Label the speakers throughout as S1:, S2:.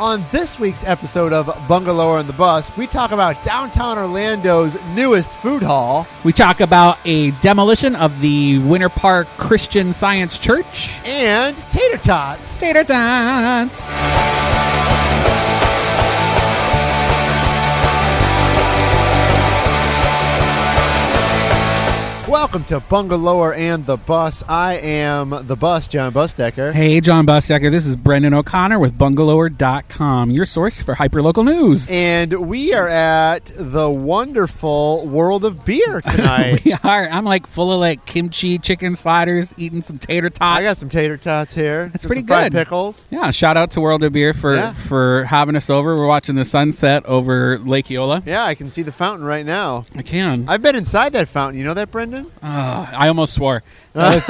S1: On this week's episode of Bungalower on the Bus, we talk about downtown Orlando's newest food hall
S2: We talk about a demolition of the Winter Park Christian Science Church.
S1: and tater tots.
S2: Tater tots.
S1: Welcome to Bungalower and the Bus. I am the bus, John Busdecker.
S2: Hey, John Bustecker. This is Brendan O'Connor with Bungalower.com, your source for hyperlocal news.
S1: And we are at the wonderful world of beer tonight.
S2: We are. I'm like full of like kimchi, chicken sliders, eating some tater tots.
S1: I got some tater tots here.
S2: That's
S1: Got
S2: pretty
S1: some fried
S2: good.
S1: Pickles.
S2: Yeah, shout out to World of Beer for
S1: Yeah.
S2: for having us over. We're watching the sunset over Lake Eola.
S1: Yeah, I can see the fountain right now.
S2: I can.
S1: I've been inside that fountain. You know that, Brendan?
S2: Ah, I almost swore. That was,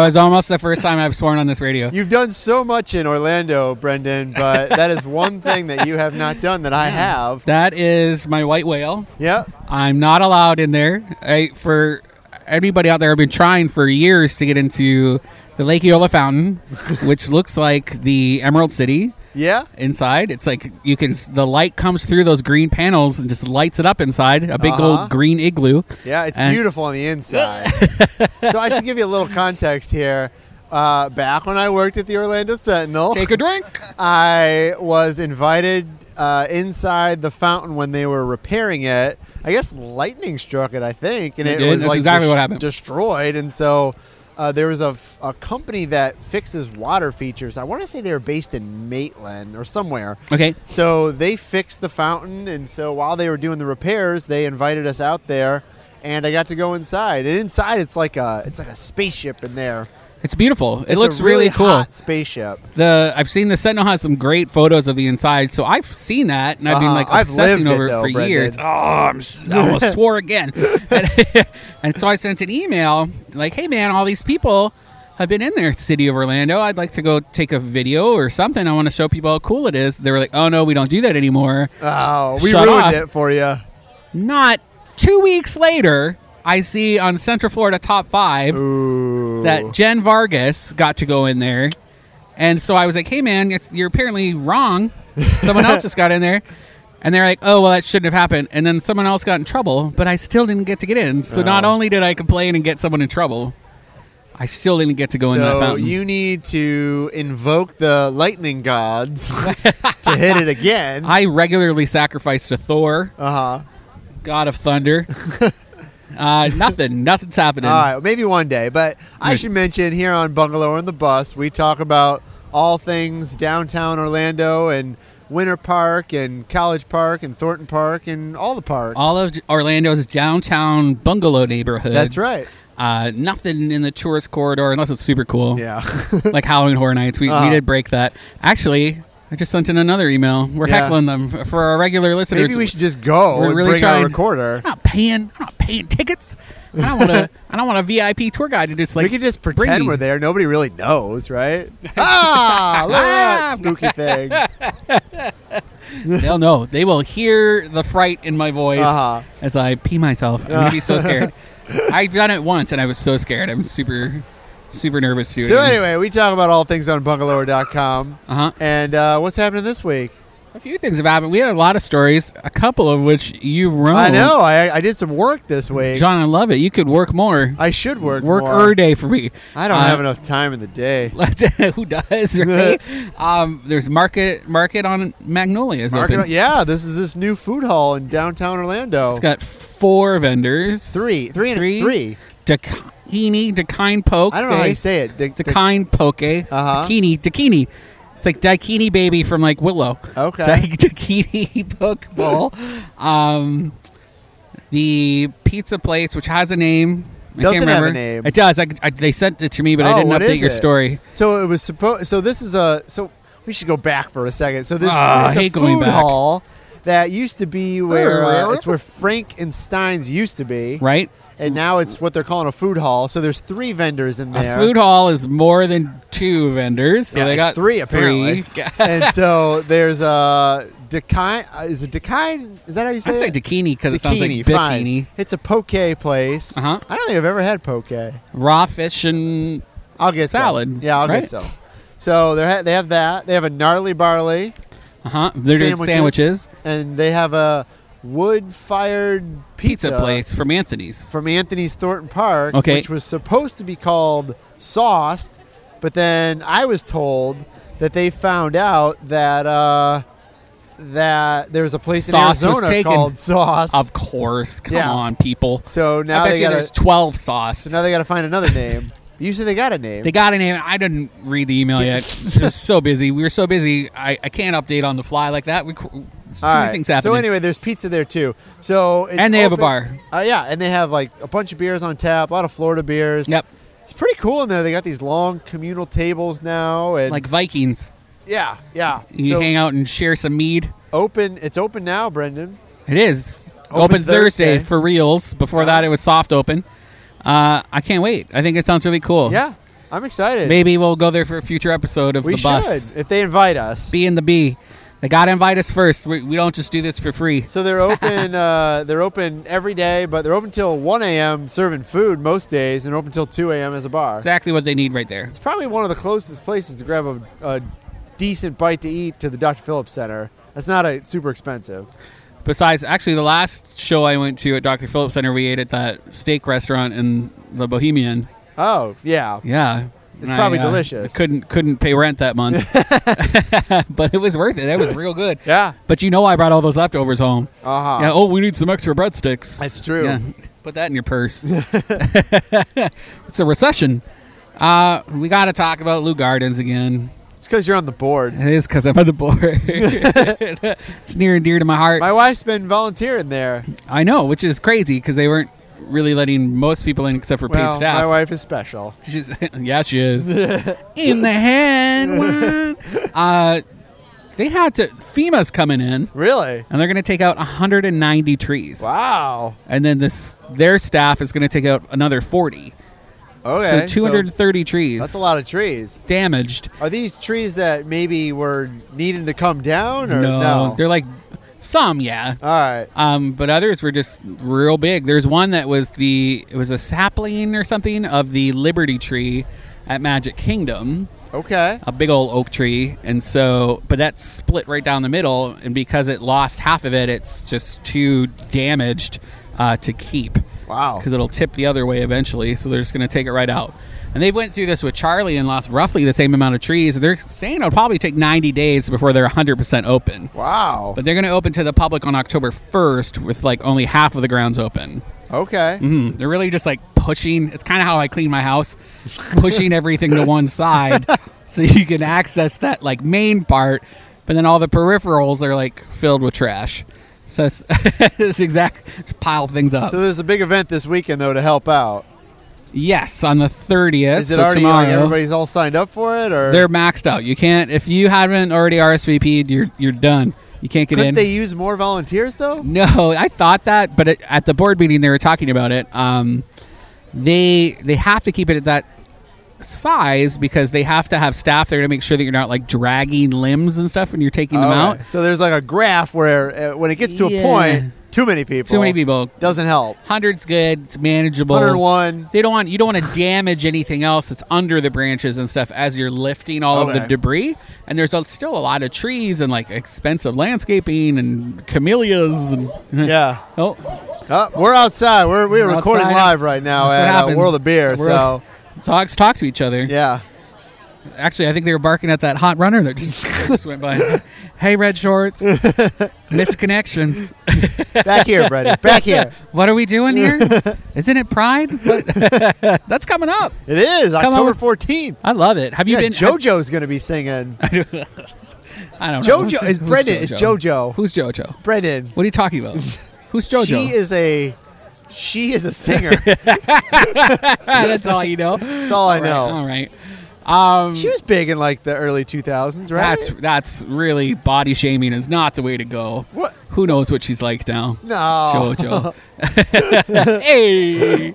S2: was almost the first time I've sworn on this radio.
S1: You've done so much in Orlando, Brendan, but that is one thing that you have not done that I have.
S2: That is my white whale.
S1: Yep.
S2: I'm not allowed in there. I, for anybody out there, I've been trying for years to get into the Lake Eola Fountain, which looks like the Emerald City
S1: Yeah.
S2: inside. It's like you can the light comes through those green panels and just lights it up inside a big
S1: Uh-huh.
S2: old green igloo.
S1: Yeah, it's
S2: And-
S1: beautiful on the inside. so I should give you a little context here. Uh, back when I worked at the Orlando Sentinel,
S2: Take a drink.
S1: I was invited uh, inside the fountain when they were repairing it. I guess lightning struck it, I think, and
S2: It
S1: it,
S2: did.
S1: was
S2: That's
S1: like
S2: exactly
S1: des-
S2: what happened.
S1: destroyed. And so uh, there was a, f- a company that fixes water features. I want to say they were based in Maitland or somewhere.
S2: Okay.
S1: So they fixed the fountain, and so while they were doing the repairs, they invited us out there, and I got to go inside. And inside, it's like a it's like a spaceship in there.
S2: It's beautiful. It
S1: It's a
S2: looks really, cool.
S1: hot spaceship.
S2: The I've seen the Sentinel has some great photos of the inside, so I've seen that and I've been
S1: Uh-huh.
S2: like
S1: I've
S2: obsessing
S1: lived it,
S2: over it,
S1: though,
S2: for
S1: Brendan.
S2: years. Oh, I'm, s- I almost swore again, and, and so I sent an email like, "Hey man, all these people have been in their city of Orlando. I'd like to go take a video or something. I want to show people how cool it is." They were like, "Oh no, we don't do that anymore."
S1: Oh, we
S2: Shut
S1: ruined
S2: up.
S1: it for you.
S2: Not two weeks later, I see on Central Florida Top Five.
S1: Ooh.
S2: that Jen Vargas got to go in there. And so I was like, hey, man, it's- you're apparently wrong. Someone else just got in there. And they're like, oh, well, that shouldn't have happened. And then someone else got in trouble, but I still didn't get to get in. So not
S1: Oh.
S2: only did I complain and get someone in trouble, I still didn't get to go in that
S1: so
S2: fountain.
S1: you need to invoke the lightning gods to hit it again. Uh-huh. Uh
S2: I regularly sacrifice to Thor,
S1: huh.
S2: god of thunder. uh, nothing. Nothing's happening.
S1: All right, maybe one day. But I
S2: Nice.
S1: should mention here on Bungalow on the Bus, we talk about all things downtown Orlando and Winter Park and College Park and Thornton Park and all the parks.
S2: all of Orlando's downtown bungalow neighborhoods.
S1: That's right.
S2: Uh, nothing in the tourist corridor unless it's super cool.
S1: yeah.
S2: like Halloween Horror Nights. We,
S1: Uh-huh.
S2: we did break that. Actually, I just sent in another email. We're
S1: Yeah.
S2: heckling them F- for our regular listeners.
S1: maybe we should just go
S2: We're
S1: and
S2: really
S1: bring
S2: trying-
S1: our recorder.
S2: I'm not paying. I'm not paying tickets. I don't want to. I don't want a VIP tour guide to just like.
S1: we could just
S2: bring
S1: pretend
S2: me.
S1: we're there. Nobody really knows, right? ah, look at that spooky thing.
S2: They'll know. They will hear the fright in my voice
S1: Uh-huh.
S2: as I pee myself. I'm gonna be so scared. I've done it once and I was so scared. I'm super, super nervous too.
S1: So anyway, we talk about all things on bungalower.com.
S2: uh huh.
S1: And uh, what's happening this week?
S2: A few things have happened. We had a lot of stories. A couple of which you wrote.
S1: I know I, I did some work this week.
S2: Oh. John. I love it. You could work more.
S1: I should work
S2: work
S1: more.
S2: er day for me.
S1: I don't
S2: Uh,
S1: have enough time in the day.
S2: who does? Right? um, there's market market on Magnolia is
S1: Market-
S2: open.
S1: yeah, this is this new food hall in downtown Orlando.
S2: It's got four vendors.
S1: three, three, and
S2: Three?
S1: three.
S2: Dakini, Dakine Poke.
S1: I don't know how you say it. Dic- dic-
S2: Dakine Poke.
S1: Uh-huh.
S2: Dakini, Dakini. It's like Dakini Baby from like Willow.
S1: Okay.
S2: Dak- Dakini Poke Bowl. um, the pizza place, which has a name. I
S1: Doesn't
S2: can't
S1: have a
S2: remember.
S1: name.
S2: It does. I, I- they sent it to me, but
S1: Oh,
S2: I didn't
S1: what
S2: update
S1: is
S2: your
S1: it?
S2: story.
S1: So it was supposed. So this is a. So we should go back for a second. So this
S2: Ah, I
S1: is a
S2: hate
S1: food
S2: going back.
S1: hall that used to be where uh, it's where Frank and Stein's used to be,
S2: Right?
S1: and now it's what they're calling a food hall. So there's three vendors in there.
S2: A food hall is more than two vendors, so
S1: Yeah,
S2: they
S1: it's
S2: got
S1: three apparently.
S2: three.
S1: and so there's a Dakine. Is it Dakine? Is that how you say
S2: I'd say
S1: it?
S2: Dakini because it sounds like
S1: Dakini,
S2: bikini.
S1: fine. It's a poke place.
S2: Uh-huh.
S1: I don't think I've ever had poke.
S2: Raw fish and
S1: I'll get some.
S2: Salad,
S1: Yeah, I'll
S2: right?
S1: get some. So they ha- they have that. They have a gnarly barley.
S2: Uh huh. They're doing sandwiches,
S1: and they have a wood-fired
S2: pizza,
S1: pizza,
S2: place from Anthony's.
S1: from Anthony's Thornton Park,
S2: Okay.
S1: which was supposed to be called Sauced, but then I was told that they found out that uh, that there was a place
S2: Sauced was
S1: in Arizona
S2: taken.
S1: called Sauced.
S2: Of course, come
S1: Yeah.
S2: on, people.
S1: so now
S2: I bet
S1: they
S2: you
S1: got
S2: there's twelve sauce.
S1: now they got to find another name. Usually they got a name.
S2: They got a name. I didn't read the email yet. I was so busy. We were so busy. I, I can't update on the fly like that. We cr- too
S1: All
S2: many
S1: right.
S2: things happening.
S1: So anyway, there's pizza there too. So it's
S2: And they have a
S1: open-
S2: bar.
S1: Uh, yeah, and they have like a bunch of beers on tap, a lot of Florida beers.
S2: yep,
S1: It's pretty cool in there. They got these long communal tables now, and
S2: like Vikings.
S1: yeah, yeah.
S2: You
S1: so
S2: hang out and share some mead.
S1: open. It's open now, Brendan.
S2: It is
S1: Open
S2: open, Thursday.
S1: Thursday.
S2: for reals. Before that, it was soft open. Uh, I can't wait. I think it sounds really cool.
S1: Yeah, I'm excited.
S2: Maybe we'll go there for a future episode of
S1: we
S2: the bus.
S1: should if they invite us.
S2: B and the B. They got to invite us first. We, we don't just do this for free.
S1: So they're open. uh, they're open every day, but they're open till 1 a.m. serving food most days, and open till 2 a.m. as a bar.
S2: Exactly what they need right there.
S1: It's probably one of the closest places to grab a, a decent bite to eat to the Dr. Phillips Center. That's not a super expensive.
S2: Besides, actually, the last show I went to at Dr. Phillips Center, we ate at that steak restaurant in the Bohemian.
S1: Oh yeah,
S2: Yeah,
S1: It's probably
S2: uh,
S1: delicious.
S2: I couldn't couldn't pay rent that month, but it was worth it. That was real good.
S1: yeah.
S2: But you know, I brought all those leftovers home.
S1: Uh huh.
S2: yeah. Oh, we need some extra breadsticks.
S1: That's true.
S2: Yeah. Put that in your purse. it's a recession. Uh, we got to talk about Lou Gardens again.
S1: It's because you're on the board.
S2: It is because I'm on the board. it's near and dear to my heart.
S1: My wife's been volunteering there.
S2: I know, which is crazy because they weren't really letting most people in except for
S1: Well,
S2: paid staff.
S1: my wife is special.
S2: She's, yeah, she is. in the hand. one. uh, they had to. FEMA's coming in,
S1: Really?
S2: and they're going to take out 190 trees,
S1: Wow.
S2: and then this their staff is going to take out another 40.
S1: Okay.
S2: so 230 trees.
S1: that's a lot of trees.
S2: Damaged.
S1: Are these trees that maybe were needing to come down or no?
S2: they're like some, yeah.
S1: All right.
S2: Um, but others were just real big. There's one that was the it was a sapling or something of the Liberty tree at Magic Kingdom,
S1: Okay.
S2: a big old oak tree, and so but that split right down the middle, and because it lost half of it, it's just too damaged uh, to keep
S1: Wow.
S2: because it'll tip the other way eventually. So they're just going to take it right out. And they've went through this with Charlie and lost roughly the same amount of trees. They're saying it'll probably take 90 days before they're 100% open.
S1: Wow.
S2: But they're going to open to the public on October 1st with like only half of the grounds open.
S1: okay.
S2: Mm, they're really just like pushing. It's kind of how I clean my house, pushing everything to one side so you can access that like main part, but then all the peripherals are like filled with trash. So it's, it's exact pile things up.
S1: So there's a big event this weekend though to help out.
S2: yes, on the 30th.
S1: Is it
S2: so
S1: already like
S2: tomorrow,
S1: everybody's all signed up for it or
S2: They're maxed out. You can't if you haven't already RSVP'd, you're you're done. You can't get
S1: couldn't
S2: in.
S1: they use more volunteers though?
S2: No, I thought that, but it, at the board meeting they were talking about it. Um, they they have to keep it at that size because they have to have staff there to make sure that you're not like dragging limbs and stuff when you're taking them
S1: Okay.
S2: out.
S1: So there's like a graph where uh, when it gets to a
S2: Yeah.
S1: point, too many people.
S2: Too many people.
S1: doesn't help.
S2: Hundreds good. It's manageable.
S1: 101.
S2: They don't want you don't want to damage anything else that's under the branches and stuff as you're lifting all of
S1: Okay.
S2: the debris. And there's still a lot of trees and like expensive landscaping and camellias and
S1: Yeah.
S2: oh
S1: Oh, we're outside. We're we're,
S2: We're
S1: recording
S2: outside.
S1: live right now
S2: That's what
S1: at uh,
S2: happens.
S1: World of Beer.
S2: We're-
S1: so
S2: dogs talk to each other.
S1: yeah.
S2: Actually, I think they were barking at that hot runner that just, just went by. Hey, red shorts, misconnections.
S1: Back here, Brendan. Back here.
S2: What are we doing here? Isn't it Pride? What- That's coming up.
S1: It is
S2: on
S1: October
S2: with-
S1: fourteenth.
S2: I love it. Have you
S1: Yeah,
S2: been?
S1: JoJo's gonna be singing.
S2: I don't know.
S1: JoJo
S2: Who's-
S1: is
S2: who's
S1: Brendan. It's JoJo.
S2: Who's JoJo?
S1: Brendan.
S2: What are you talking about? Who's JoJo?
S1: She is a she is a singer.
S2: Ah, that's all you know.
S1: That's all I know.
S2: All right. Um,
S1: She was big in like the early two thousands, right?
S2: that's that's really body shaming is not the way to go.
S1: what?
S2: Who knows what she's like now?
S1: No.
S2: JoJo. hey,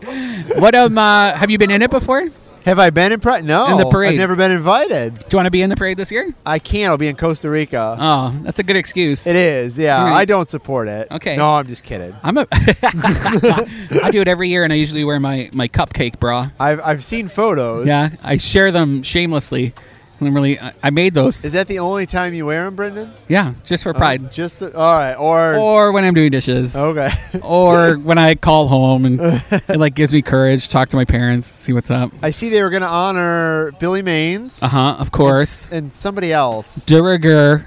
S2: what um? Uh, have you been in it before? Do
S1: Have I been in Pride? No.
S2: In the parade.
S1: I've never been invited.
S2: you want to be in the parade this year?
S1: I can't. I'll be in Costa Rica.
S2: Oh, that's a good excuse.
S1: It is, yeah.
S2: All right.
S1: I don't support it.
S2: Okay.
S1: No, I'm just kidding.
S2: I'm a. I do it every year, and I usually wear my my cupcake bra.
S1: I've, I've seen photos.
S2: Yeah, I share them shamelessly. I'm really, I I made those.
S1: Is Oh. that the only time you wear them, Brendan? Uh,
S2: Yeah, just for pride.
S1: Just the, all right, or,
S2: or when I'm doing dishes.
S1: okay.
S2: Or when I call home and it like gives me courage, talk to my parents, see what's up.
S1: I see they were going to honor Billy Maines,
S2: Uh huh. Of course.
S1: and somebody else.
S2: de rigueur.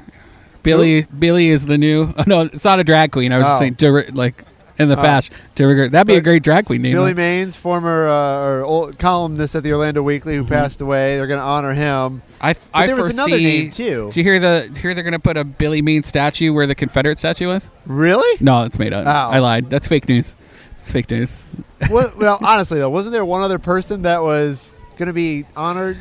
S2: Billy Billy is the new. Oh, no, it's not a drag queen. I was
S1: Oh.
S2: just saying de, ri- like in the fashion de rigueur. That'd be a
S1: But
S2: great drag queen name.
S1: Billy Maines, former uh, or old columnist at the Orlando Weekly, who passed away. They're going to honor him.
S2: I f-
S1: But
S2: Mm-hmm. I
S1: there was
S2: foresee-
S1: another name too.
S2: Did you hear the hear they're gonna put a Billy Mean statue where the Confederate statue was?
S1: Really?
S2: No, that's made up.
S1: Oh.
S2: I lied. That's fake news. It's fake news.
S1: what, well, honestly though, wasn't there one other person that was going to be honored?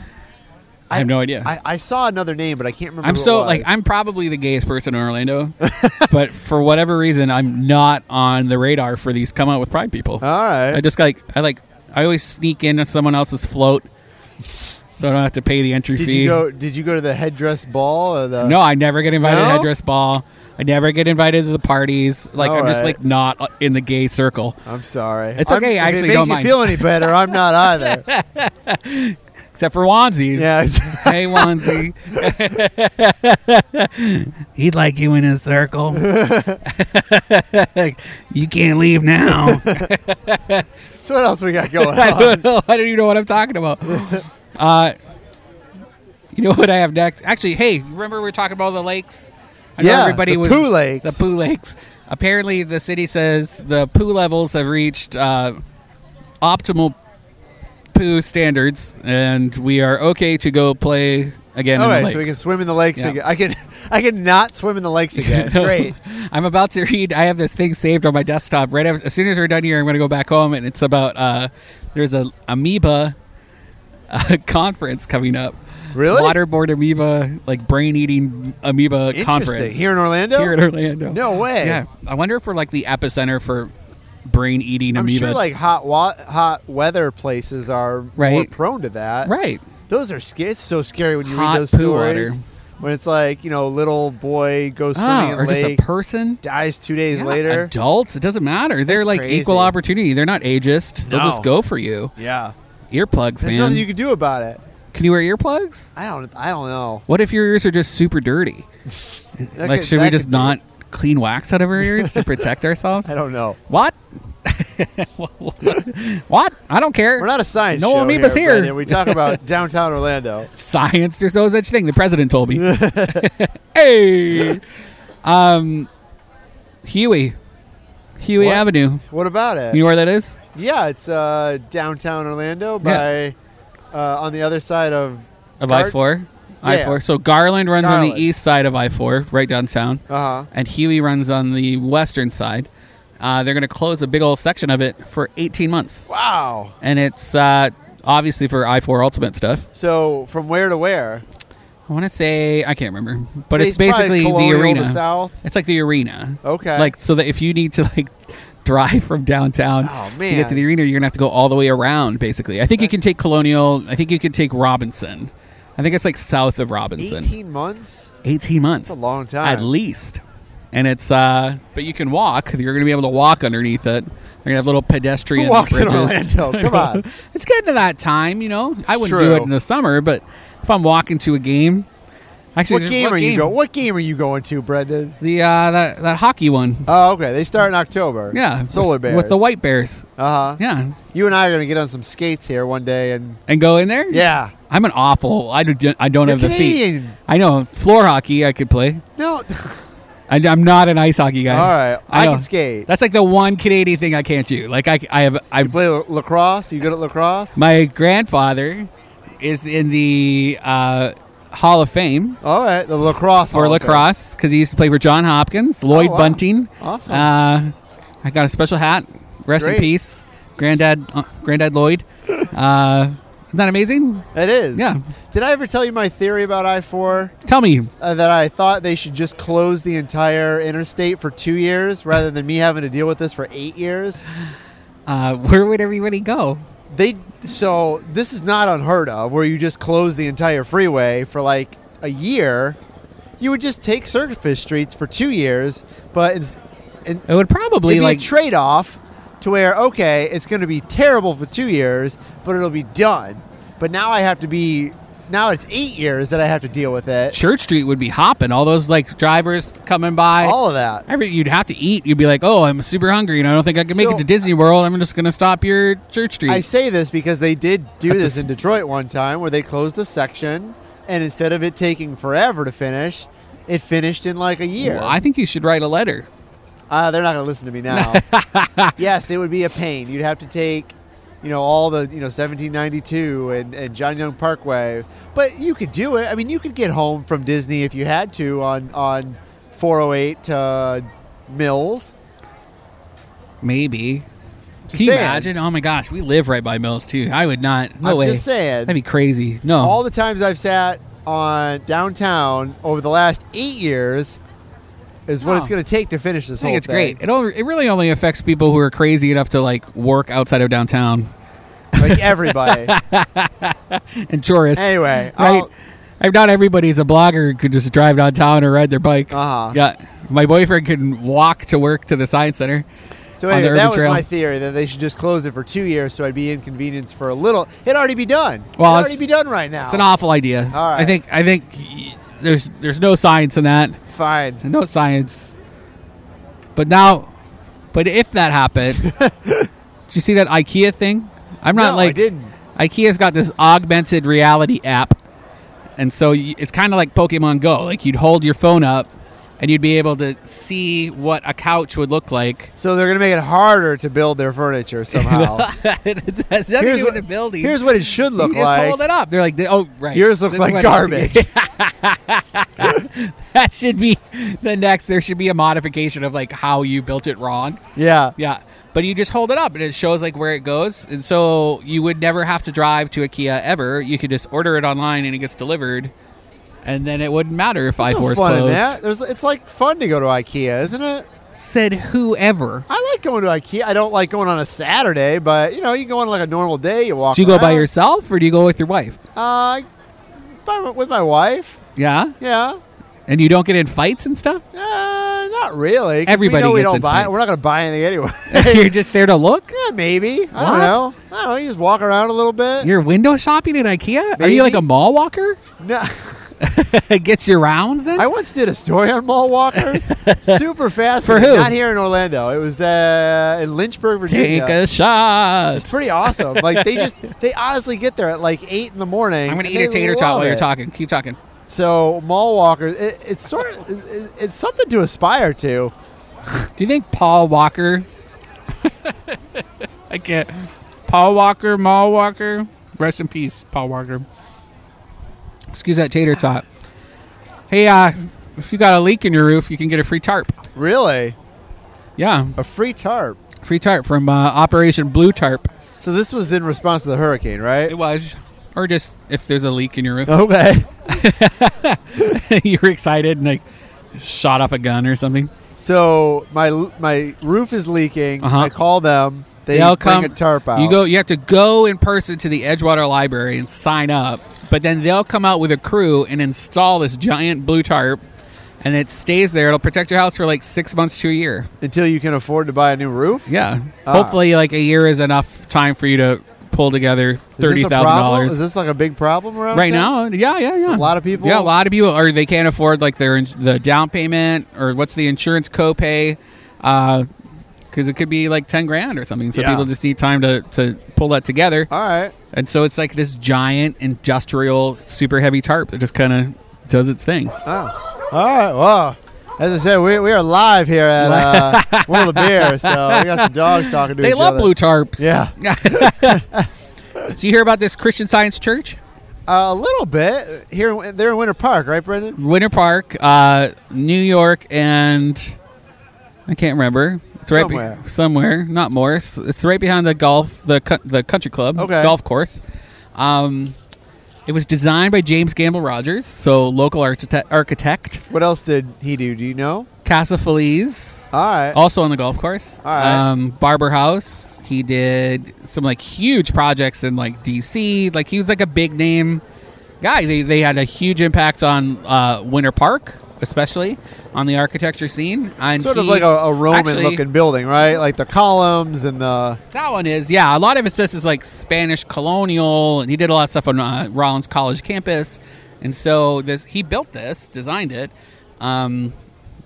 S2: I, have no idea.
S1: I, I saw another name, but I can't remember.
S2: I'm
S1: who it
S2: so
S1: was.
S2: like I'm probably the gayest person in Orlando, but for whatever reason I'm not on the radar for these come out with pride people.
S1: All right.
S2: I just like I like I always sneak into someone else's float, so I don't have to pay the entry
S1: did
S2: fee.
S1: you go? Did you go to the headdress ball? Or the,
S2: no, I never get invited
S1: No?
S2: to headdress ball. I never get invited to the parties. Like I'm just
S1: Alright.
S2: like not in the gay circle,
S1: I'm sorry.
S2: It's
S1: I'm-
S2: okay, I
S1: if
S2: actually
S1: it makes
S2: don't
S1: you
S2: mind.
S1: feel any better, I'm not either.
S2: except for Wansies.
S1: yeah.
S2: hey Wansie, he'd like you in his circle. you can't leave now.
S1: So what else we got going
S2: I
S1: on?
S2: don't know. I don't even know what I'm talking about. Uh, you know what I have next? Actually, hey, remember we were talking about the lakes? I
S1: Yeah,
S2: know everybody
S1: the
S2: was
S1: poo lakes.
S2: The poo lakes. Apparently, the city says the poo levels have reached uh, optimal poo standards, and we are okay to go play again
S1: All
S2: in
S1: right,
S2: the
S1: so we can
S2: lakes.
S1: swim in the lakes
S2: Yeah.
S1: again. I can, I can not swim in the lakes again. Great.
S2: I'm about to read. I have this thing saved on my desktop. Right af- as soon as we're done here, I'm going to go back home, and it's about uh, there's a amoeba uh, conference coming up.
S1: Really?
S2: waterborne amoeba, like brain eating amoeba
S1: Interesting.
S2: conference
S1: Here in Orlando?
S2: Here in Orlando.
S1: No way.
S2: Yeah, I wonder if we're like the epicenter for brain eating
S1: I'm
S2: amoeba.
S1: sure like hot wa- hot weather places are more
S2: Right.
S1: prone to that.
S2: right.
S1: Those are scary. It's so scary when you read
S2: Hot
S1: those
S2: poo
S1: stories.
S2: water.
S1: When it's like you know, little boy goes swimming
S2: Ah,
S1: in
S2: or just a
S1: lake,
S2: person.
S1: dies two days
S2: Yeah,
S1: later.
S2: adults. It doesn't matter. They're
S1: That's
S2: like
S1: crazy.
S2: equal opportunity. They're not ageist. They'll
S1: No.
S2: just go for you.
S1: Yeah,
S2: Earplugs,
S1: there's
S2: man.
S1: nothing you can do about it.
S2: Can you wear earplugs?
S1: I don't. I don't know.
S2: What if your ears are just super dirty?
S1: That
S2: like,
S1: could-
S2: should
S1: that
S2: we just
S1: could be-
S2: not clean wax out of our ears to protect ourselves?
S1: I don't know.
S2: What? what? I don't care.
S1: We're not a science
S2: No
S1: show
S2: amoebas here.
S1: Brendan. We talk about downtown Orlando.
S2: science. There's no such thing. The president told me. hey, um, Huey, Huey
S1: What?
S2: Avenue.
S1: What about it?
S2: You know where that is?
S1: yeah, it's uh, downtown Orlando by uh, on the other side of
S2: Of
S1: Gar-
S2: I four, I
S1: Yeah.
S2: four. So Garland runs on
S1: Garland.
S2: the east side of I four, right downtown,
S1: uh huh.
S2: and Huey runs on the western side. Uh, they're going to close a big old section of it for 18 months,
S1: Wow.
S2: and it's uh, obviously for I four Ultimate stuff.
S1: So from where to where?
S2: I want to say I can't remember, but it's
S1: probably
S2: basically the
S1: Colonial to
S2: arena.
S1: south.
S2: It's like the arena.
S1: Okay.
S2: Like so that if you need to like drive from downtown
S1: Oh,
S2: to get to
S1: man.
S2: the arena, you're gonna have to go all the way around. Basically, I think you can take Colonial. I think you can take Robinson. I think it's like south of Robinson. 18,
S1: eighteen months.
S2: months,
S1: That's a long time.
S2: at least. And it's uh, but you can walk. You're gonna be able to walk underneath it. They're gonna have little pedestrian
S1: Who walks in
S2: bridges.
S1: Orlando? Come on.
S2: it's getting to that time, you know. I wouldn't
S1: True.
S2: do it in the summer, but if I'm walking to a game, actually,
S1: What game
S2: what
S1: are you going? What game are you going to, Brendan?
S2: The uh, that that hockey one.
S1: Oh, okay. They start in October.
S2: Yeah,
S1: Solar
S2: with,
S1: Bears
S2: with the white bears.
S1: Uh huh.
S2: Yeah,
S1: You and I are gonna get on some skates here one day, and
S2: and go in there.
S1: yeah.
S2: I'm an awful. I do. I don't
S1: You're
S2: have the feet.
S1: Canadian.
S2: I know floor hockey. I could play.
S1: No.
S2: I, am not an ice hockey guy.
S1: All right. I,
S2: know.
S1: can skate.
S2: That's like the one Canadian thing I can't do. Like I, I have. I
S1: You play la- lacrosse. You good at lacrosse?
S2: my grandfather is in the uh, Hall of Fame.
S1: All right. The lacrosse.
S2: for
S1: Hall of Fame.
S2: lacrosse because he used to play for John Hopkins, Lloyd
S1: Oh, wow.
S2: Bunting.
S1: Awesome.
S2: Uh, I got a special hat. Rest
S1: Great.
S2: in peace, Granddad. Uh, Granddad Lloyd. Uh, isn't that amazing?
S1: It is.
S2: Yeah.
S1: Did I ever tell you my theory about I four?
S2: Tell me.
S1: uh, that I thought they should just close the entire interstate for two years rather than me having to deal with this for eight years.
S2: Uh, where would everybody go?
S1: They so this is not unheard of where you just close the entire freeway for like a year. You would just take Surface Streets for two years, but it's, and
S2: It would probably
S1: it'd be
S2: like
S1: a trade off to where okay, it's going to be terrible for two years, but it'll be done. But now I have to be now it's eight years that I have to deal with it.
S2: Church Street would be hopping. All those like drivers coming by.
S1: All of that.
S2: Every you'd have to eat. You'd be like, "Oh, I'm super hungry, and I don't think I can make
S1: So-
S2: it to Disney World. I'm just gonna stop here at Church Street."
S1: I say this because they did do
S2: At the
S1: this
S2: s-
S1: in Detroit one time where they closed the section, and instead of it taking forever to finish, it finished in like a year.
S2: Well, I think you should write a letter.
S1: Uh, they're not going to listen to me now. yes, it would be a pain. You'd have to take, you know, all the you know 1792 and and John Young Parkway, but you could do it. I mean, you could get home from Disney if you had to on on 408 uh, Mills.
S2: Maybe.
S1: Just
S2: Can you
S1: saying.
S2: imagine? Oh my gosh, we live right by Mills too. I would not. No
S1: I'm
S2: way.
S1: just saying.
S2: That'd be crazy. No.
S1: all the times I've sat on downtown over the last eight years is what
S2: Wow.
S1: it's going to take to finish this
S2: I think
S1: whole
S2: it's
S1: thing.
S2: great. It only, it really only affects people who are crazy enough to like work outside of downtown
S1: Like everybody.
S2: and tourists.
S1: anyway,
S2: right?
S1: I'll-
S2: i not everybody's a blogger who could just drive downtown or ride their bike.
S1: Uh-huh.
S2: Yeah, my boyfriend could walk to work to the science center.
S1: So
S2: on the
S1: anyway,
S2: urban
S1: that was
S2: trail.
S1: my theory that they should just close it for two years, so I'd be inconvenienced for a little. It'd already be done.
S2: Well,
S1: it'd
S2: it's-
S1: already be done right now.
S2: It's an awful idea.
S1: All right.
S2: I think I think y- there's there's no science in that.
S1: fine.
S2: No science. But now, but if that happened, did you see that IKEA thing? I'm not
S1: no,
S2: like
S1: I didn't.
S2: IKEA's got this augmented reality app, and so y- it's kind of like Pokemon Go. Like you'd hold your phone up, and you'd be able to see what a couch would look like.
S1: So they're gonna make it harder to build their furniture somehow.
S2: it has nothing to do with the building.
S1: here's what it should
S2: you
S1: look
S2: just
S1: like.
S2: hold it up. They're like, they- oh right,
S1: Yours looks
S2: This
S1: like
S2: one-
S1: garbage.
S2: that should be the next. There should be a modification of like how you built it wrong.
S1: yeah.
S2: Yeah. But you just hold it up and it shows like where it goes. And so you would never have to drive to IKEA ever. You could just order it online and it gets delivered. And then it wouldn't matter if I
S1: There's no
S2: force
S1: fun in
S2: closed.
S1: that. There's, it's like fun to go to IKEA, isn't it?
S2: Said whoever.
S1: I like going to IKEA. I don't like going on a Saturday, but you know, you go on like a normal day. You walk.
S2: Do you go by
S1: around.
S2: yourself or do you go with your wife?
S1: Uh, by- with my wife.
S2: Yeah.
S1: Yeah.
S2: And you don't get in fights and stuff?
S1: Uh, not really. 'cause we
S2: Everybody
S1: know we
S2: gets
S1: don't
S2: in
S1: buy.
S2: fights.
S1: We're not going to buy anything anyway.
S2: You're just there to look?
S1: yeah, maybe. I
S2: What?
S1: don't know. I don't know. You just walk around a little bit.
S2: You're window shopping at IKEA? Are you like
S1: Maybe.
S2: a mall walker?
S1: no,
S2: Gets your rounds then?
S1: I once did a story on mall walkers. Super fast.
S2: For who?
S1: Not here in Orlando. It was uh, in Lynchburg,
S2: Take
S1: Virginia.
S2: a
S1: It's
S2: shot.
S1: pretty awesome. Like they just they honestly get there at like eight in the morning.
S2: I'm going to
S1: and
S2: eat a
S1: they
S2: tater
S1: love
S2: tot while you're
S1: it.
S2: talking. Keep talking.
S1: So mall walkers, it, it's sort of it, it's something to aspire to.
S2: Do you think Paul Walker? I can't. Paul Walker, Maul Walker. Rest in peace, Paul Walker. Excuse that tater tot. Hey, uh, if you got a leak in your roof, you can get a free tarp.
S1: Really,
S2: Yeah,
S1: a free tarp.
S2: free tarp from uh, Operation Blue Tarp.
S1: So this was in response to the hurricane, right?
S2: It was, or just if there's a leak in your roof,
S1: Okay.
S2: you were excited and like shot off a gun or something.
S1: So my my roof is leaking.
S2: Uh-huh.
S1: I call them. They
S2: They'll
S1: bring
S2: come.
S1: a tarp out.
S2: You go. You have to go in person to the Edgewater Library and sign up. But then they'll come out with a crew and install this giant blue tarp, and it stays there. It'll protect your house for like six months to a year.
S1: until you can afford to buy a new roof.
S2: Yeah.
S1: Ah.
S2: Hopefully, like a year is enough time for you to pull together
S1: Is
S2: thirty
S1: this a
S2: thousand
S1: problem? Is
S2: dollars.
S1: this like a big problem around
S2: Right
S1: town?
S2: now, yeah, yeah, yeah.
S1: A lot of people-
S2: yeah, a lot of people, or they can't afford like their ins- the down payment or what's the insurance copay, because it could be like ten grand or something. So
S1: Yeah.
S2: people just need time to to pull that together.
S1: All right.
S2: And so it's like this giant industrial super heavy tarp that just kind of does its thing.
S1: Oh. All right. Well, as I said, we, we are live here at uh, World of Beer, so we got some dogs talking to
S2: They
S1: each
S2: love
S1: other.
S2: blue tarps.
S1: Yeah,
S2: Do you hear about this Christian Science Church?
S1: Uh, a little bit here. They're in Winter Park, right, Brendan?
S2: Winter Park, uh, New York, and I can't remember. It's right be-
S1: Somewhere.
S2: somewhere, not Morris. It's right behind the golf, the co- the country club,
S1: Okay.
S2: golf course. Um, it was designed by James Gamble Rogers, so local architect, architect
S1: What else did he do? Do you know?
S2: Casa Feliz.
S1: All right.
S2: also on the golf course.
S1: All right.
S2: Um, Barber House. He did some like huge projects in like DC. Like he was like a big name guy. They, they had a huge impact on uh, Winter Park, especially on the architecture scene. And
S1: Sort of
S2: he-
S1: like a, a Roman
S2: actually-
S1: looking building, right? Like the columns and the
S2: That one is, yeah. A lot of it says is like Spanish colonial, and he did a lot of stuff on uh, Rollins College campus, and so this he built this, designed it. Um,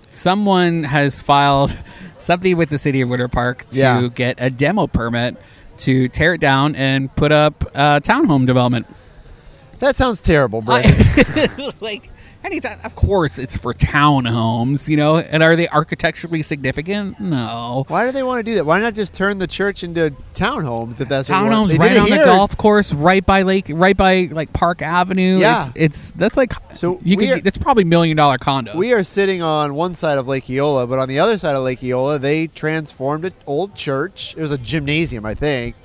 S2: someone has filed something with the city of Winter Park to
S1: Yeah.
S2: get a demo permit to tear it down and put up a townhome development.
S1: that sounds terrible, bro.
S2: I- like anytime, of course, it's for townhomes, you know. And are they architecturally significant? No.
S1: Why do they want to do that? Why not just turn the church into townhomes if that's what you want?
S2: townhomes
S1: They
S2: right
S1: did it
S2: on the
S1: here.
S2: golf course, right by Lake, right by like Park Avenue.
S1: Yeah.
S2: it's, it's that's like
S1: So
S2: so you
S1: we
S2: could,
S1: are-
S2: it's probably million dollar condo.
S1: We are sitting on one side of Lake Eola, but on the other side of Lake Eola, they transformed an old church. It was a gymnasium, I think,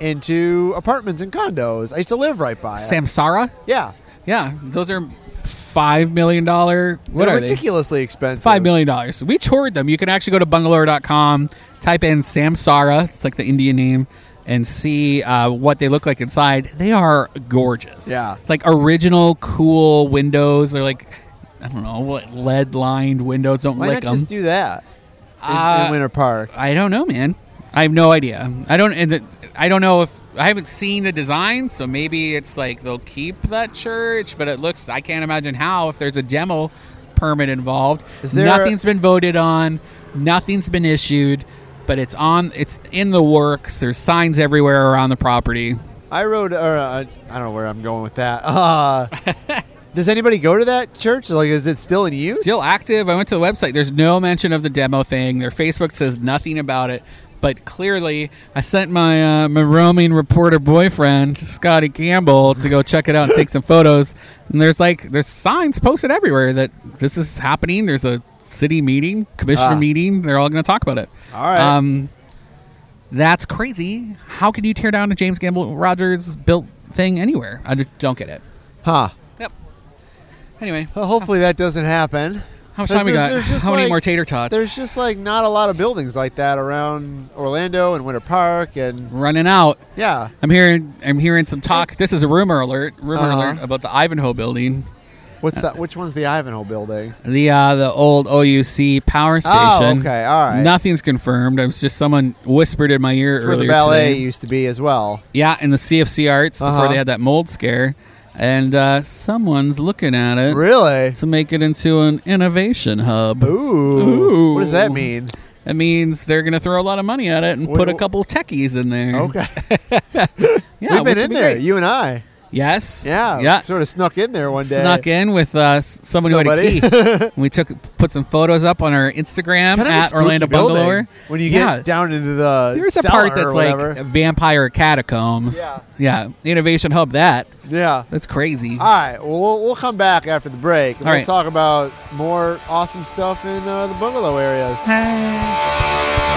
S1: into apartments and condos. I used to live right by it.
S2: Samsara,
S1: yeah,
S2: yeah, those are five million dollar. What
S1: They're
S2: are they?
S1: ridiculously expensive.
S2: Five million dollars. We toured them. You can actually go to bungalow.com, type in Samsara, it's like the Indian name, and see uh, what they look like inside. They are gorgeous.
S1: Yeah.
S2: It's like original, cool windows. They're like, I don't know, what lead lined windows. Don't
S1: Why
S2: lick
S1: not
S2: them.
S1: just do that in,
S2: Uh,
S1: in Winter Park?
S2: I don't know, man. I have no idea. I don't. And the, I don't know if I haven't seen the design, so maybe it's like they'll keep that church. But it looks. I can't imagine how if there's a demo permit involved.
S1: Is there-
S2: Nothing's been voted on. Nothing's been issued. But it's on. It's in the works. There's signs everywhere around the property.
S1: I rode. Or, uh, I don't know where I'm going with that. Uh, does anybody go to that church? Like, is it still in use?
S2: Still active. I went to the website. There's no mention of the demo thing. Their Facebook says nothing about it. But clearly, I sent my uh, my roaming reporter boyfriend Scotty Campbell to go check it out and take some photos. And there's like there's signs posted everywhere that this is happening. There's a city meeting, commissioner
S1: Ah.
S2: meeting. They're all going to talk about it.
S1: All right.
S2: Um, that's crazy. How could you tear down a James Gamble Rogers built thing anywhere? I just don't get it.
S1: huh?
S2: Yep. Anyway,
S1: Well, hopefully that doesn't happen.
S2: how much time we
S1: There's-
S2: got?
S1: there's just
S2: How many
S1: like-
S2: more tater tots?
S1: There's just like not a lot of buildings like that around Orlando and Winter Park, and
S2: running out.
S1: yeah,
S2: I'm hearing I'm hearing some talk. This is a rumor alert. Rumor
S1: Uh-huh.
S2: alert about the Ivanhoe building,
S1: what's that? Which one's the Ivanhoe building?
S2: the uh, the old OUC power station.
S1: Oh, okay, all right.
S2: Nothing's confirmed. I was just someone whispered in my ear
S1: It's where
S2: earlier
S1: the ballet
S2: today.
S1: used to be as well.
S2: Yeah, in the CFC Arts
S1: Uh-huh.
S2: before they had that mold scare, and uh, someone's looking at it
S1: Really?
S2: to make it into an innovation hub.
S1: Ooh.
S2: Ooh.
S1: What does that mean?
S2: That means they're going to throw a lot of money at it and
S1: What-
S2: put a couple techies in there.
S1: Okay,
S2: yeah,
S1: we've been
S2: which would
S1: in
S2: be
S1: there,
S2: great.
S1: you and I.
S2: yes,
S1: Yeah,
S2: yeah.
S1: Sort of snuck in there one day.
S2: snuck in with uh, s- somebody,
S1: Somebody.
S2: who had a key. we took put some photos up on our Instagram
S1: Kind of a
S2: at
S1: spooky
S2: Orlando
S1: building
S2: Bungalow.
S1: When you
S2: yeah,
S1: get down into the
S2: there's a
S1: cellar
S2: part
S1: or
S2: that's
S1: whatever.
S2: like vampire catacombs.
S1: Yeah.
S2: yeah, innovation hub. That
S1: yeah.
S2: that's crazy.
S1: All right. Well, we'll, we'll come back after the break and
S2: All
S1: we'll
S2: right.
S1: talk about more awesome stuff in uh, the bungalow areas. Ah.
S2: Hey.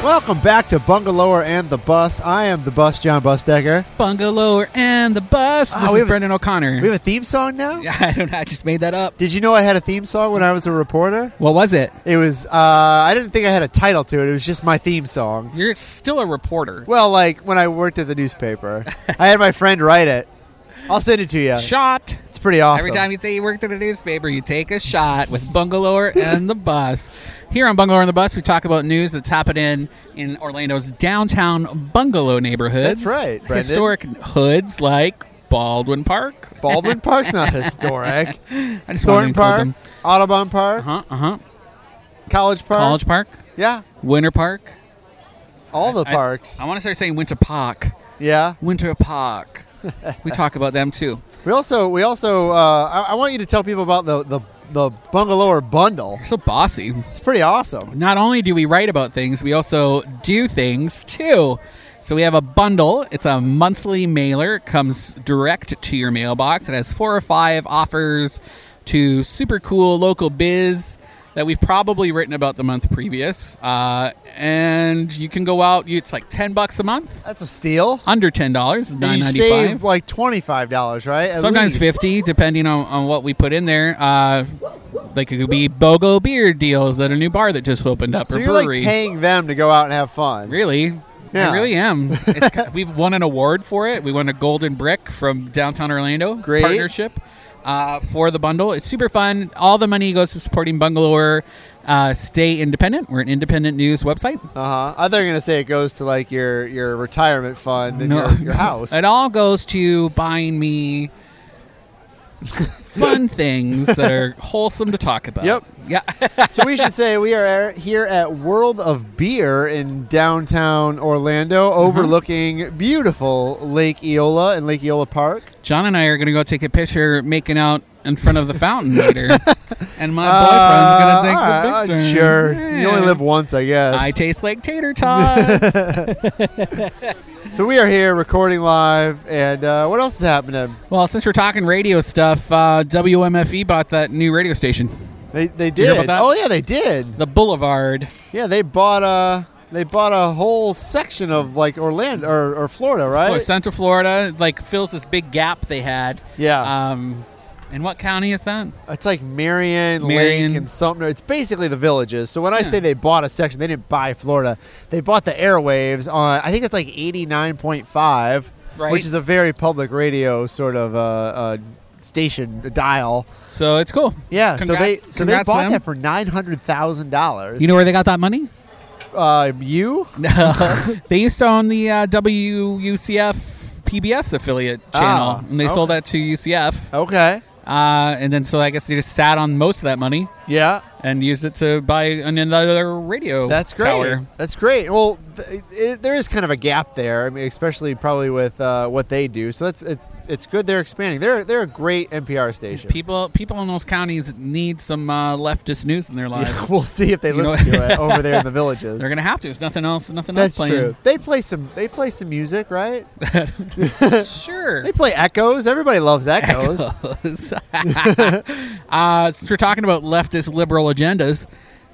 S1: Welcome back to Bungalower and the Bus. I am the Bus, John Busdecker.
S2: Bungalower and the bus.
S1: Oh,
S2: This
S1: we
S2: is
S1: have a-
S2: Brendan O'Connor.
S1: We have a theme song now.
S2: yeah, I don't know. I just made that up.
S1: Did you know I had a theme song when I was a reporter?
S2: What was it?
S1: It was uh, I didn't think I had a title to it. It was just my theme song.
S2: You're still a reporter.
S1: Well, like when I worked at the newspaper, I had my friend write it. I'll send it to you.
S2: Shot.
S1: It's pretty awesome.
S2: Every time you say you worked at a newspaper, you take a shot with Bungalower and the Bus. Here on Bungalower and the Bus, we talk about news that's happening in Orlando's downtown bungalow
S1: That's
S2: neighborhoods.
S1: right, Brendan.
S2: Historic hoods like Baldwin Park.
S1: Baldwin Park's not historic.
S2: I
S1: Thornton
S2: just wanted to include
S1: Park,
S2: them.
S1: Audubon Park,
S2: Uh-huh, uh-huh.
S1: College Park.
S2: College Park,
S1: Yeah,
S2: Winter Park.
S1: all the
S2: I-
S1: parks.
S2: I, want to start saying Winter Park.
S1: yeah.
S2: Winter Park. we talk about them too.
S1: We also we also uh, I, I want you to tell people about the the the bungalower bundle.
S2: You're so bossy.
S1: It's pretty awesome.
S2: not only do we write about things, we also do things too. So we have a bundle. It's a monthly mailer. It comes direct to your mailbox. It has four or five offers to super cool local biz that we've probably written about the month previous. Uh, and you can go out. You, it's like ten bucks a month,
S1: That's a steal.
S2: under ten dollars, nine
S1: You
S2: ninety
S1: save
S2: five.
S1: like twenty five dollars, right? At
S2: Sometimes
S1: least.
S2: fifty, depending on, on what we put in there. Uh, like it could be BOGO beer deals at a new bar that just opened up
S1: So
S2: or
S1: you're
S2: brewery.
S1: like paying them to go out and have fun.
S2: Really?
S1: Yeah.
S2: I really am. It's, got- we've won an award for it. We won a golden brick from Downtown Orlando
S1: Great.
S2: partnership uh, for the bundle. It's super fun. All the money goes to supporting Bungalower. Uh, stay independent. We're an independent news website.
S1: Uh huh. I thought you were gonna say it goes to like your your retirement fund and
S2: No.
S1: your, your house.
S2: It all goes to buying me fun things that are wholesome to talk about.
S1: Yep.
S2: Yeah.
S1: so we should say we are here at World of Beer in downtown Orlando,
S2: Uh-huh.
S1: overlooking beautiful Lake Eola and Lake Eola Park.
S2: John and I are going to go take a picture making out in front of the fountain later. and my
S1: Uh,
S2: boyfriend's going to take
S1: all right,
S2: the picture.
S1: Sure, you
S2: Yeah.
S1: only live once, I guess.
S2: I taste like tater tots.
S1: so we are here recording live, and uh, what else is happening?
S2: well, since we're talking radio stuff, uh, WMFE bought that new radio station,
S1: They they
S2: hear
S1: did.
S2: about that?
S1: Oh yeah, they did.
S2: the Boulevard.
S1: Yeah, they bought a they bought a whole section of like Orlando or, or Florida, right?
S2: Flor- Central Florida, like fills this big gap they had.
S1: Yeah,
S2: Um, and what county is that?
S1: it's like Marion,
S2: uh, Marion.
S1: Lake, and Sumter. It's basically the villages. So when I
S2: Yeah.
S1: say they bought a section, they didn't buy Florida. They bought the airwaves on. I think it's like eighty nine point five,
S2: Right.
S1: which is a very public radio sort of uh, uh, station a dial.
S2: So it's cool.
S1: Yeah, so
S2: Congrats-
S1: they so they
S2: congrats to
S1: bought
S2: them.
S1: that for nine hundred thousand dollars.
S2: You know where they got that money?
S1: uh, you
S2: No, they used to own the uh, WUCF PBS affiliate channel,
S1: Ah,
S2: and they sold
S1: okay.
S2: that to UCF.
S1: okay?
S2: Uh, and then so I guess they just sat on most of that money
S1: Yeah,
S2: and used it to buy another radio.
S1: That's great.
S2: tower.
S1: That's great. Well, th- it, there is kind of a gap there. I mean, especially probably with uh, what they do. So that's it's it's good they're expanding. They're they're a great NPR station.
S2: People, people in those counties need some uh, leftist news in their lives.
S1: Yeah, we'll see if they
S2: You know-
S1: listen to it over there in the villages.
S2: They're gonna have to. There's nothing else. Nothing
S1: that's
S2: else playing.
S1: true. They play some. They play some music, right?
S2: Sure.
S1: They play Echoes. Everybody loves Echoes.
S2: uh, since we're talking about leftist liberal agendas,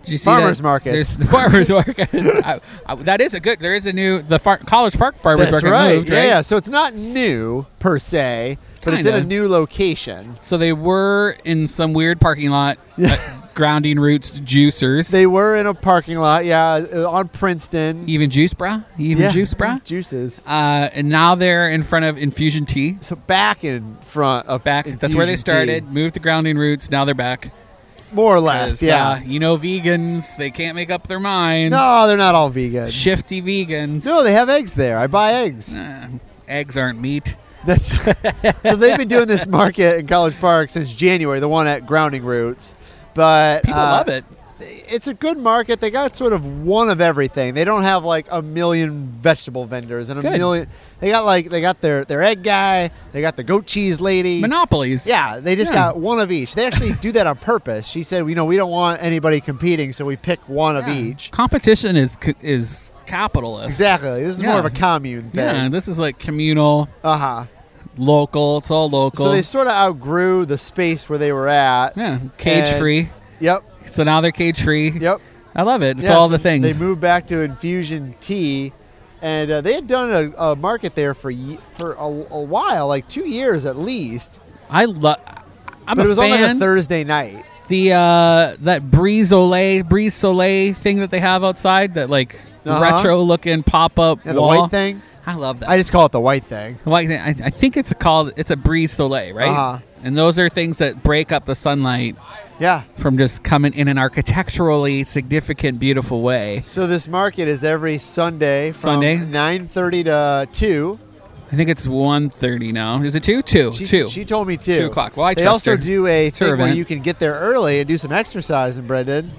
S2: did you see
S1: Farmers
S2: that
S1: markets.
S2: There's the farmers markets. I, I, that is a good. There is a new the far, College Park farmers
S1: That's
S2: market
S1: right.
S2: moved,
S1: yeah,
S2: right?
S1: yeah. So it's not new per se, but it's in a
S2: Kinda.
S1: new location.
S2: So they were in some weird parking lot, uh, grounding roots juicers.
S1: They were in a parking lot. Yeah, uh, on Princeton.
S2: even juice bra, even
S1: yeah.
S2: juice bra.
S1: Juices.
S2: Uh, and now they're in front of Infusion Tea.
S1: So back in front of
S2: Back. That's where
S1: Infusion
S2: they
S1: Tea.
S2: started. Moved to grounding roots. Now they're back.
S1: More or
S2: 'Cause,
S1: less, yeah.
S2: uh, you know, vegans. They can't make up their minds.
S1: no, they're not all vegan.
S2: Shifty vegans.
S1: No, they have eggs there. I buy eggs.
S2: Uh, eggs aren't meat.
S1: That's so they've been doing this market in College Park since January, the one at Grounding Roots. But
S2: People
S1: uh,
S2: love it.
S1: It's a good market. They got sort of one of everything. They don't have like a million vegetable vendors and a
S2: Good.
S1: million. They got like they got their their egg guy. They got the goat cheese lady.
S2: Monopolies.
S1: Yeah, they just
S2: Yeah.
S1: got one of each. They actually do that on purpose. She said, "You know, we don't want anybody competing, so we pick one of
S2: Yeah.
S1: each."
S2: Competition is c- is capitalist.
S1: Exactly. This is
S2: Yeah.
S1: more of a commune thing.
S2: Yeah, this is like communal,
S1: Uh huh.
S2: local. It's all local.
S1: So they sort of outgrew the space where they were at.
S2: yeah, cage
S1: And-
S2: free.
S1: Yep.
S2: So now they're cage free.
S1: Yep.
S2: I love it. It's
S1: Yeah,
S2: all
S1: so
S2: the things.
S1: They moved back to Infusion Tea, and uh, they had done a, a market there for ye- for a, a while, like two years at least.
S2: I love. I'm
S1: but
S2: a
S1: it was
S2: fan.
S1: on like a Thursday night.
S2: the uh, that breeze ole breeze soleil thing that they have outside that like
S1: Uh-huh.
S2: retro looking pop up
S1: Yeah, the white thing.
S2: I love that.
S1: I just call it the white thing.
S2: The white thing. I, I think it's called it's a breeze soleil, right?
S1: Uh-huh.
S2: And those are things that break up the sunlight
S1: Yeah.
S2: from just coming in an architecturally significant, beautiful way.
S1: So this market is every Sunday from
S2: Sunday?
S1: 9.30 to 2.
S2: I think it's 1.30 now. Is it two? Two.
S1: She,
S2: two.
S1: She told me 2.
S2: Two o'clock. Well, I
S1: they
S2: trust
S1: also
S2: her.
S1: do a
S2: It's her
S1: thing where
S2: event.
S1: you can get there early and do some exercise in Brendan.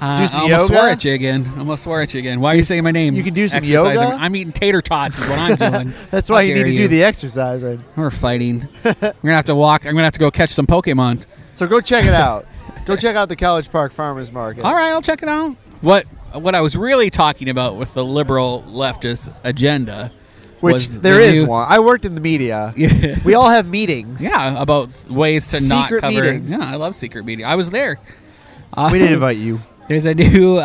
S2: Uh,
S1: do some
S2: I almost
S1: yoga?
S2: swore at you again. I almost swore at you again. Why are you saying my name?
S1: you can do some
S2: Exercise.
S1: yoga?
S2: I'm, I'm eating tater tots is what I'm doing.
S1: That's
S2: How
S1: why you need
S2: dare
S1: to do the exercising.
S2: We're fighting. I'm going to have to walk. I'm going to have to go catch some Pokemon.
S1: So go check it out. go check out the College Park Farmers Market.
S2: All right, I'll check it out. What what I was really talking about with the liberal leftist agenda
S1: Which
S2: was
S1: there
S2: the
S1: is
S2: new-
S1: one. I worked in the media.
S2: Yeah.
S1: we all have meetings.
S2: Yeah, about ways to not
S1: Secret
S2: cover.
S1: meetings.
S2: Yeah, I love secret media. I was there. Uh,
S1: We didn't invite you.
S2: There's a new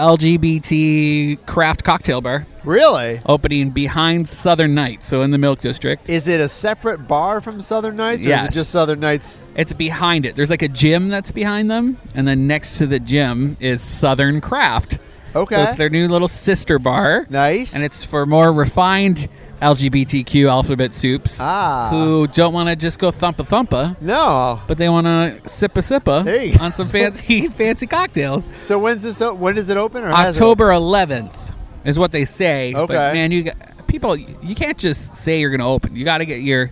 S2: LGBT craft cocktail bar
S1: Really?
S2: opening behind Southern Nights, so in the Milk District.
S1: Is it a separate bar from Southern Nights, or is
S2: Yes.
S1: it just Southern Nights?
S2: It's behind it. There's like a gym that's behind them, and then next to the gym is Southern Craft.
S1: Okay.
S2: So it's their new little sister bar.
S1: Nice.
S2: And it's for more refined LGBTQ alphabet soups
S1: Ah.
S2: who don't want to just go thumpa thumpa,
S1: no.
S2: but they want to sippa
S1: There you
S2: sippa
S1: go.
S2: on some fancy fancy cocktails.
S1: So when's this? o- When does it open? Or has it
S2: October 11th is what they say.
S1: Okay.
S2: But man, you got, people, you can't just say you're going to open. You got to get your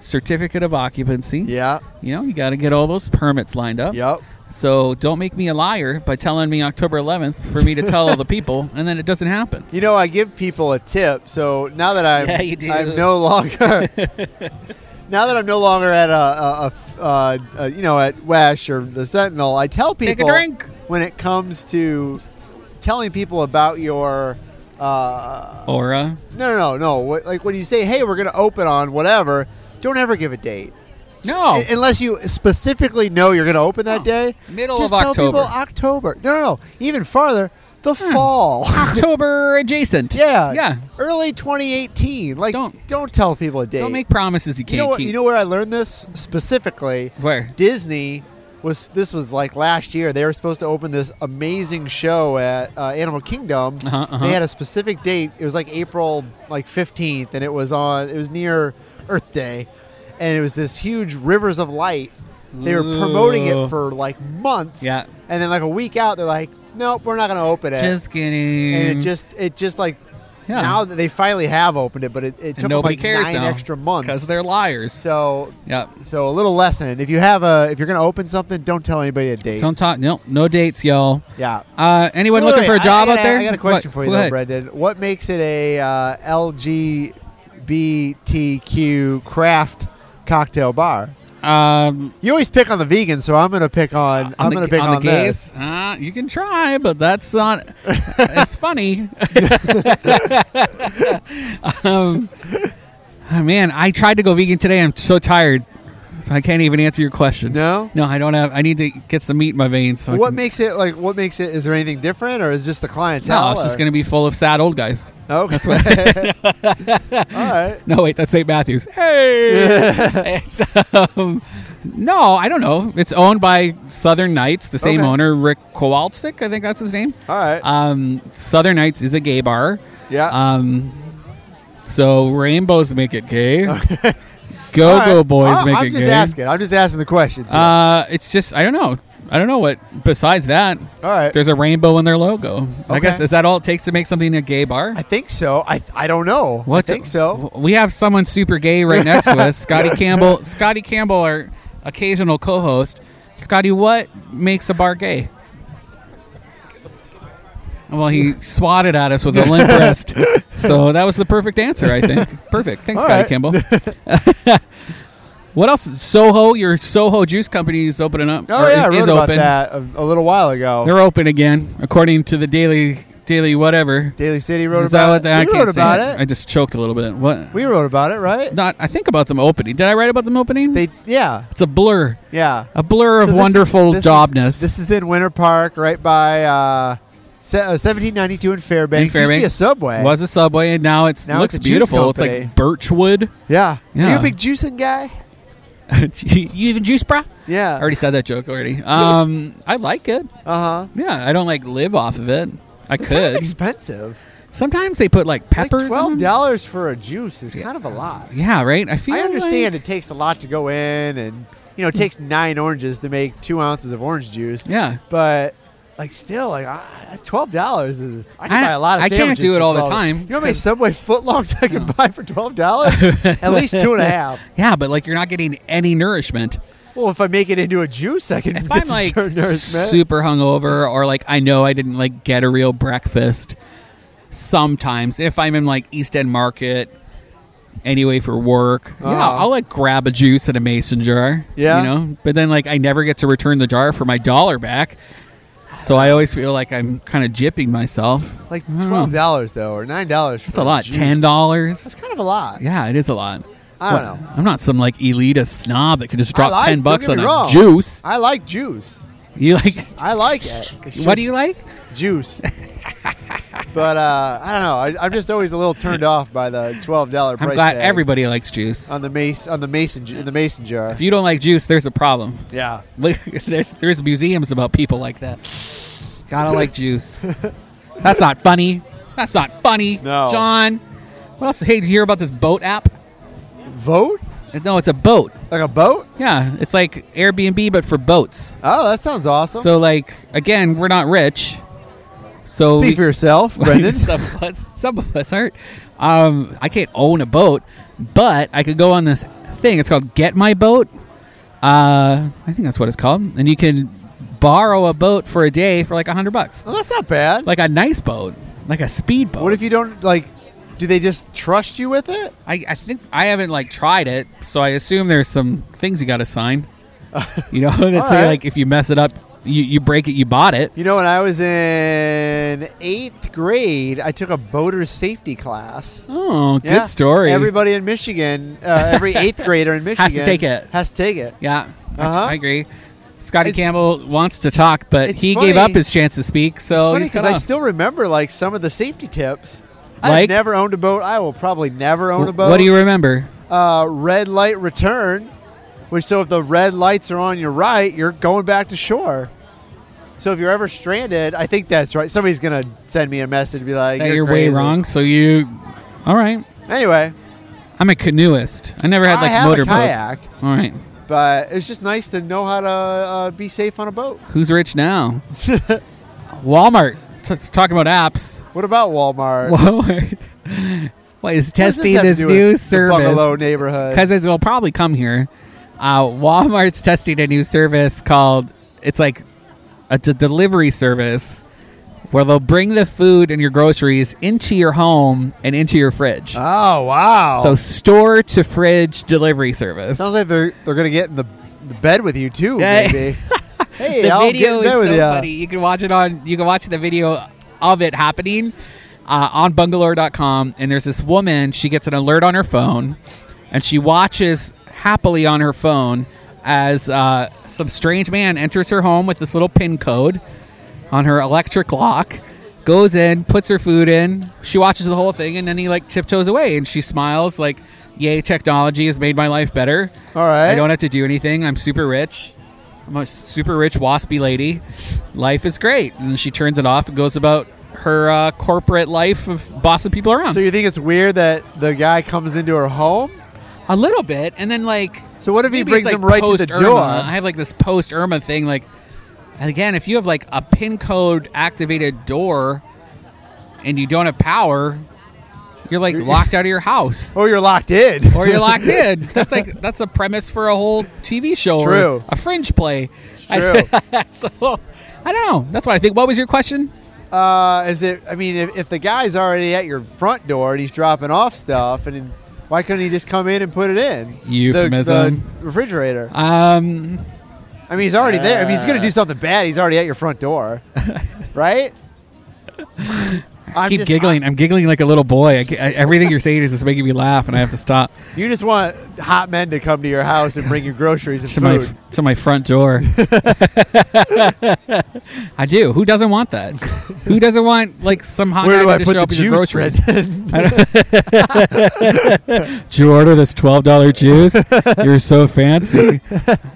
S2: certificate of occupancy.
S1: opened? Yeah.
S2: You know, you got to get all those permits lined up.
S1: Yep.
S2: So don't make me a liar by telling me October 11th for me to tell all the people, and then it doesn't happen.
S1: You know, I give people a tip. So now that I'm,
S2: Yeah, you do.
S1: I'm no longer. now that I'm no longer at a, a, a, uh uh you know, at Wesh or the Sentinel, I tell people
S2: a drink.
S1: when it comes to telling people about your. Uh,
S2: Aura.
S1: no, no, no, no. What, like when you say, "Hey, we're going to open on whatever," don't ever give a date.
S2: No.
S1: Un- unless you specifically know you're going to open that
S2: No.
S1: day.
S2: Oh. Middle
S1: Just
S2: of
S1: tell people
S2: October. Hmm.
S1: October. No, no, no. Even farther, the fall.
S2: October adjacent.
S1: Yeah.
S2: Yeah.
S1: Early 2018. Like,
S2: Don't-
S1: don't, tell people a date.
S2: Don't make promises you can't
S1: you know, what-
S2: keep.
S1: you know where I learned this specifically?
S2: Where?
S1: Disney was, this was like last year. They were supposed to open this amazing show at uh, Animal Kingdom.
S2: Uh-huh, uh-huh.
S1: They had a specific date. It was like April like 15th, and it was on, it was near Earth Day. And it was this huge Rivers of Light. They were promoting
S2: Ooh.
S1: it for like months.
S2: Yeah.
S1: And then like a week out, they're like, nope, we're not going to open it
S2: Just kidding.
S1: and it just it just like
S2: Yeah.
S1: now that they finally have opened it, but it, it
S2: And
S1: took them
S2: nobody
S1: like
S2: cares
S1: nine
S2: now
S1: extra
S2: because
S1: months.
S2: they're liars.
S1: So
S2: Yep.
S1: so a little lesson: if you have a if you're going to open something, don't tell anybody a date.
S2: Don't talk. No, no dates, y'all.
S1: yeah.
S2: Uh, anyone
S1: So
S2: looking
S1: wait,
S2: for a
S1: I-
S2: job
S1: I,
S2: out
S1: got a-
S2: there?
S1: I got a question
S2: What?
S1: for you,
S2: Go
S1: though,
S2: ahead.
S1: Brendan. What makes it a uh, LGBTQ craft cocktail bar?
S2: Um,
S1: You always pick on the vegans, so I'm going to pick on I'm
S2: the-
S1: going to pick
S2: on,
S1: on,
S2: the
S1: this.
S2: gays. Uh, you can try, but that's not. it's funny. um, oh, man, I tried to go vegan today. I'm so tired, so I can't even answer your question.
S1: No.
S2: no, I don't have. I need to get some meat in my veins. So I
S1: What
S2: can-
S1: makes it like? What makes it? Is there anything different, or is just the clientele?
S2: No, it's just
S1: or-
S2: going to be full of sad old guys.
S1: Okay. That's what. All right.
S2: No, wait, that's St. Matthews. Hey, It's, um, no, I don't know. It's owned by Southern Knights, the same
S1: Okay.
S2: owner, Rick Kowalczyk. I think that's his name.
S1: All right.
S2: Um, Southern Knights is a gay bar.
S1: yeah.
S2: Um, so rainbows make it gay.
S1: All
S2: Go
S1: right.
S2: go boys
S1: I-
S2: make
S1: I'm
S2: it
S1: just
S2: gay.
S1: asking. I'm just asking the questions. here.
S2: Uh, it's just I don't know. I don't know what. Besides that,
S1: all right.
S2: there's a rainbow in their logo. I
S1: Uh, Okay.
S2: guess is that all it takes to make something a gay bar?
S1: I think so. I I don't know.
S2: What-
S1: I think so.
S2: We have someone super gay right next to us, Scotty Campbell. Scotty Campbell, our occasional co-host. Scotty, what makes a bar gay? Well, he swatted at us with a limp wrist, so that was the perfect answer, I think. Perfect. Thanks,
S1: All
S2: Scotty
S1: right.
S2: Campbell. what else? Soho, your Soho Juice Company is opening up.
S1: Oh
S2: or
S1: yeah, I
S2: is
S1: wrote about
S2: open.
S1: that a, a little while ago.
S2: They're open again, according to the Daily Daily whatever.
S1: Daily City wrote
S2: is that
S1: about
S2: what they, I
S1: it. We
S2: can't
S1: wrote
S2: say
S1: about
S2: it.
S1: it.
S2: I just choked a little bit. What?
S1: we wrote about it, right?
S2: not I think about them opening. Did I write about them opening?
S1: They yeah
S2: it's a blur.
S1: yeah.
S2: A blur of
S1: So this is-
S2: wonderful
S1: this is-
S2: jobness.
S1: this is in Winter Park, right by uh, se- uh, 1792 in Fairbanks.
S2: In
S1: Used to be a
S2: Fairbanks.
S1: subway.
S2: was a subway and now it's
S1: Now
S2: looks
S1: it's a juice
S2: beautiful. It's
S1: company.
S2: like birchwood.
S1: yeah. Are
S2: Yeah.
S1: you a big juicing guy?
S2: you even juice bra?
S1: Yeah.
S2: I already said that joke already. Um I like it.
S1: Uh huh.
S2: Yeah, I don't like live off of it. I could.
S1: Expensive.
S2: Sometimes they put like peppers.
S1: like
S2: in
S1: twelve
S2: them.
S1: dollars for a juice is kind of a lot.
S2: Yeah, right. I feel
S1: I understand
S2: like-
S1: it takes a lot to go in, and you know it takes nine oranges to make two ounces of orange juice.
S2: Yeah.
S1: But like still, like ah, twelve dollars is I can
S2: I-
S1: buy a lot of.
S2: I can't
S1: sandwiches
S2: do it
S1: for
S2: all the
S1: $12.
S2: time,
S1: You know how many Subway footlongs I can buy for twelve dollars? At least two and a half.
S2: Yeah, but like you're not getting any nourishment.
S1: Well, if I make it into a juice, I can
S2: if
S1: get
S2: I'm
S1: some
S2: like
S1: nourishment.
S2: super hungover or like I know I didn't like get a real breakfast sometimes if I'm in like East End Market anyway for work yeah
S1: Uh-huh.
S2: I'll like grab a juice in a mason jar
S1: Yeah.
S2: you know but then like I never get to return the jar for my dollar back so I always feel like I'm kind of jipping myself
S1: like
S2: I don't know.
S1: twelve dollars though, or nine dollars.
S2: it's Hmm. a lot ten dollars
S1: That's kind of a lot.
S2: yeah it is a lot
S1: I don't know.
S2: I'm not some like elitist snob that could just drop
S1: I like-
S2: ten
S1: don't
S2: bucks
S1: get
S2: on
S1: me
S2: a
S1: wrong.
S2: juice
S1: I like juice.
S2: You like?
S1: I like it. It's
S2: what
S1: just
S2: do you like?
S1: Juice. but uh, I don't know. I, I'm just always a little turned off by the twelve dollar
S2: I'm
S1: price
S2: glad
S1: tag
S2: everybody likes juice.
S1: on the mace on the mason in the mason jar.
S2: If you don't like juice, there's a problem.
S1: yeah.
S2: Look, there's there's museums about people like that. Gotta like juice. That's not funny. That's not funny.
S1: No.
S2: John. What else? Hey, did you hear about this boat app? Uh,
S1: Vote
S2: No, it's a boat.
S1: like a boat.
S2: Yeah, it's like Airbnb but for boats.
S1: Oh, that sounds awesome.
S2: So like again, we're not rich. So
S1: Speak for
S2: we,
S1: yourself, Brendan.
S2: some of us, some of us aren't. Um, I can't own a boat, but I could go on this thing. It's called Get My Boat. Uh, I think that's what it's called, and you can borrow a boat for a day for like a hundred bucks,
S1: well, that's not bad.
S2: like a nice boat, like a speed boat.
S1: what if you don't like? Do they just trust you with it?
S2: I, I think I haven't like tried it, so I assume there's some things you got to sign. You know, and it's
S1: All right.
S2: like if you mess it up, you, you break it, you bought it.
S1: You know, when I was in eighth grade, I took a boater safety class.
S2: Oh,
S1: Yeah.
S2: good story.
S1: Everybody in Michigan, uh, every eighth grader in Michigan
S2: Has to take it.
S1: Has to take it.
S2: Yeah, I-
S1: Uh-huh.
S2: I agree. Scotty
S1: It's-
S2: Campbell wants to talk, but
S1: It's
S2: he
S1: funny-
S2: gave up his chance to speak, so
S1: Funny
S2: Oh, he's cut
S1: because I
S2: off.
S1: still remember like some of the safety tips. I've
S2: Like?
S1: never owned a boat. I will probably never own a boat.
S2: What do you remember?
S1: Uh, red light return, which so if the red lights are on your right, you're going back to shore. So if you're ever stranded, I think that's right. Somebody's gonna send me a message, be like,
S2: That
S1: "You're,
S2: you're way
S1: crazy."
S2: wrong. So you, all right.
S1: Anyway,
S2: I'm a canoeist. I never had
S1: I
S2: like
S1: have a
S2: motorboats.
S1: kayak.
S2: All right.
S1: but it's just nice to know how to uh, be safe on a boat.
S2: Who's rich now? Walmart. T- t- talking about apps.
S1: What about Walmart?
S2: Walmart. What is
S1: What does
S2: testing
S1: have to
S2: this
S1: do with
S2: new
S1: the Bungalow
S2: service?
S1: neighborhood.
S2: Because it will probably come here. Uh, Walmart's testing a new service called. It's like it's a delivery service where they'll bring the food and your groceries into your home and into your fridge.
S1: Oh wow!
S2: so store to fridge delivery service.
S1: sounds like they're they're gonna get in the, the bed with you too.
S2: Yeah.
S1: Maybe. hey,
S2: the
S1: I'll get in
S2: video is
S1: bed
S2: so
S1: with ya.
S2: funny. You can watch it on. You can watch the video of it happening uh, on bungalore.com. And there's this woman. She gets an alert on her phone, and she watches happily on her phone as uh, some strange man enters her home with this little pin code on her electric lock. Goes in, puts her food in. She watches the whole thing, and then he like tiptoes away, and she smiles like, "Yay, technology has made my life better."
S1: All right.
S2: I don't have to do anything. I'm super rich. I'm a super rich waspy lady. Life is great. And she turns it off and goes about her uh, corporate life of bossing people around
S1: so you think it's weird that the guy comes into her home?
S2: a little bit. And then like,
S1: So what if he
S2: maybe
S1: brings
S2: it's, like,
S1: him right to the
S2: post-Irma.
S1: door?
S2: I have like this post Irma thing. Like, and again, if you have like a pin code activated door and you don't have power, you're like locked out of your house.
S1: or Oh, you're locked in.
S2: or you're locked in. That's like that's a premise for a whole TV show
S1: True.
S2: or a fringe play. It's
S1: true.
S2: so I don't know. That's what I think. What was your question?
S1: uh, is it? I mean, if, if the guy's already at your front door and he's dropping off stuff, and then why couldn't he just come in and put it in The-
S2: Euphemism.
S1: the refrigerator?
S2: Um,
S1: I mean, he's already there. I mean, he's going to do something bad. He's already at your front door, right?
S2: I
S1: I'm
S2: keep
S1: just-
S2: giggling. I'm giggling like a little boy. I, ca- I- everything you're saying is just making me laugh, and I have to stop
S1: You just want hot men to come to your house and bring you groceries and
S2: to my
S1: food.
S2: f- to my front door. I do. Who doesn't want that? Who doesn't want like some hot
S1: Where do
S2: guy
S1: I
S2: to
S1: put the
S2: show up with your
S1: juice?
S2: groceries?
S1: Brendan?
S2: Did you order this twelve dollar juice? You're so fancy.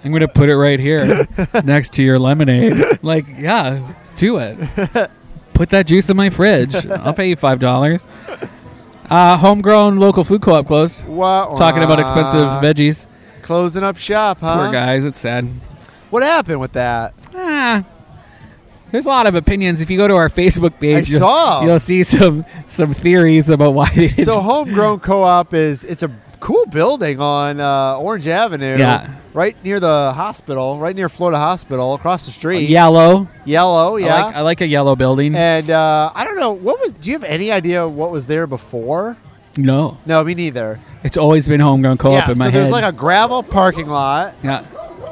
S2: I'm gonna put it right here next to your lemonade. Like, yeah, do it. Put that juice in my fridge. I'll pay you five dollars. Uh, homegrown local food co-op closed.
S1: Wah, wah.
S2: Talking about expensive veggies.
S1: Closing up shop, huh?
S2: Poor guys, it's sad.
S1: What happened with that?
S2: Ah, there's a lot of opinions. If you go to our Facebook page, you'll,
S1: saw.
S2: you'll see some some theories about why they didn't
S1: So, homegrown co-op is it's a cool building on uh, Orange Avenue,
S2: Yeah.
S1: right near the hospital, right near Florida Hospital, across the street.
S2: yellow.
S1: yellow, yeah.
S2: Oh, I like, I like a yellow building.
S1: and uh, I don't know what was. Do you have any idea what was there before?
S2: no.
S1: No, me neither.
S2: It's always been homegrown co-op
S1: yeah,
S2: in my
S1: so
S2: head.
S1: there's like a gravel parking lot,
S2: yeah,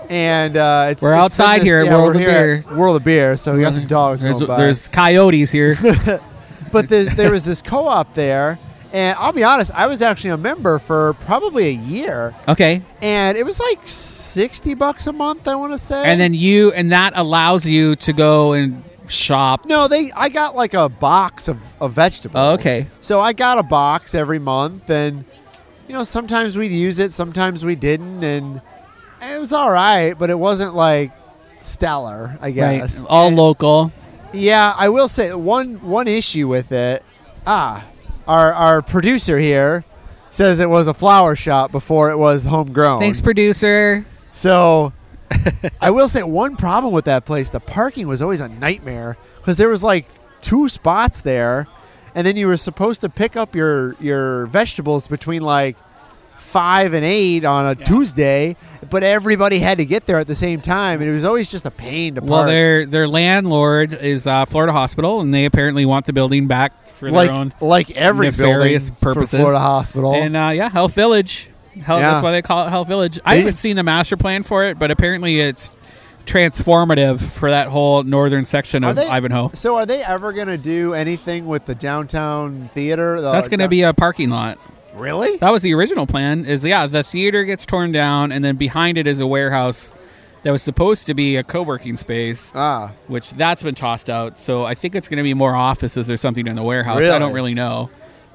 S1: and uh, it's,
S2: We're
S1: it's been
S2: outside
S1: this-
S2: here at
S1: yeah,
S2: World
S1: we're
S2: of
S1: here at World of Beer. So we got some dogs
S2: There's,
S1: going by.
S2: there's coyotes here.
S1: but there's, there was this co-op there And I'll be honest, I was actually a member for probably a year,
S2: Okay.
S1: and it was like sixty bucks a month. I want to say.
S2: And then you and that allows you to go and shop.
S1: no, they I got like a box of, of vegetables.
S2: Oh, okay.
S1: So I got a box every month, and you know sometimes we'd use it, sometimes we didn't, and it was all right, but it wasn't like stellar, I guess.
S2: Right. All
S1: And-
S2: local.
S1: Yeah, I will say one one issue with it. Ah, our our producer here says it was a flower shop before it was homegrown.
S2: Thanks, producer.
S1: So I will say one problem with that place: the parking was always a nightmare because there was like two spots there, and then you were supposed to pick up your your vegetables between like five and eight on a Tuesday, but everybody had to get there at the same time, and it was always just a pain to park.
S2: Well, their their landlord is uh, Florida Hospital, and they apparently want the building back for
S1: like
S2: their own.
S1: like every building
S2: nefarious purposes.
S1: for Florida Hospital.
S2: And uh, yeah, Health Village. Hell,
S1: Yeah.
S2: That's why they call it Health Village. I
S1: They-
S2: haven't seen the master plan for it, but apparently it's transformative for that whole northern section
S1: Are
S2: of
S1: they-
S2: uh, Ivanhoe.
S1: So are they ever going to do anything with the downtown theater? The-
S2: That's going to be a parking lot.
S1: really.
S2: That was the original plan. Is yeah, the theater gets torn down, and then behind it is a warehouse that was supposed to be a co-working space,
S1: Ah,
S2: which that's been tossed out. So I think it's going to be more offices or something in the warehouse. I
S1: Really?
S2: don't really know.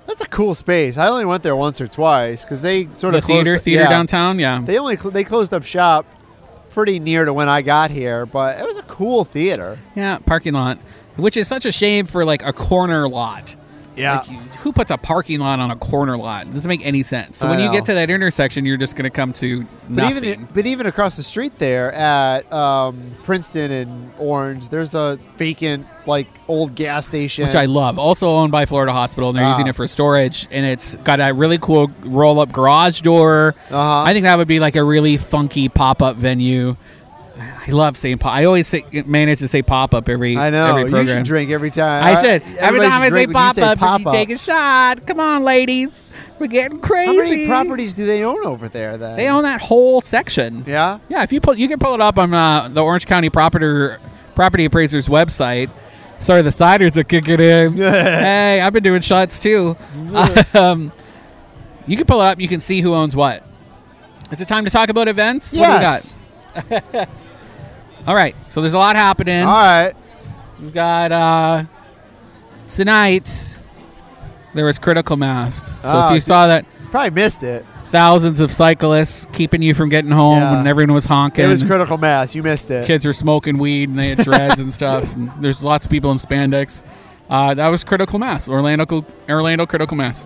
S1: that's a cool space. I only went there once or twice because they sort
S2: The
S1: of closed-
S2: theater, theater
S1: yeah.
S2: downtown, yeah.
S1: They only cl- they closed up shop pretty near to when I got here, but it was a cool theater.
S2: Yeah, parking lot, which is such a shame for like a corner lot.
S1: Yeah,
S2: Like, you- who puts a parking lot on a corner lot? It doesn't make any sense. So
S1: I
S2: when you
S1: know.
S2: get to that intersection, you're just going to come to
S1: but
S2: nothing.
S1: even but even across the street there at um, Princeton and Orange, there's a vacant like old gas station.
S2: which I love. Also owned by Florida Hospital, and they're
S1: Ah.
S2: using it for storage. And it's got a really cool roll-up garage door.
S1: Uh-huh.
S2: I think that would be like a really funky pop-up venue. I love saying pop. I always say, manage to say pop-up every
S1: I know
S2: every
S1: you
S2: program.
S1: should drink every time.
S2: I should every
S1: Everybody
S2: time I
S1: should
S2: say
S1: drink when you
S2: pop-up, you
S1: pop-up.
S2: take a shot. Come on, ladies, we're getting crazy.
S1: How many properties do they own over there? Then
S2: They own that whole section.
S1: Yeah.
S2: Yeah, if you pull, you can pull it up on uh, the Orange County property property appraiser's website. Sorry, the ciders are kicking in. hey, I've been doing shots too. um, you can pull it up. You can see who owns what. Is it time to talk about events? What
S1: Yes.
S2: do we got? All right. So there's a lot happening.
S1: All right.
S2: We've got uh, tonight. There was critical mass. So
S1: Ah,
S2: if you
S1: did-
S2: saw that,
S1: Probably missed it.
S2: thousands of cyclists keeping you from getting home
S1: Yeah.
S2: when everyone was honking
S1: It was critical mass. You missed it.
S2: kids were smoking weed and they had dreads and stuff. And there's lots of people in spandex. Uh, that was critical mass, Orlando, Orlando critical mass.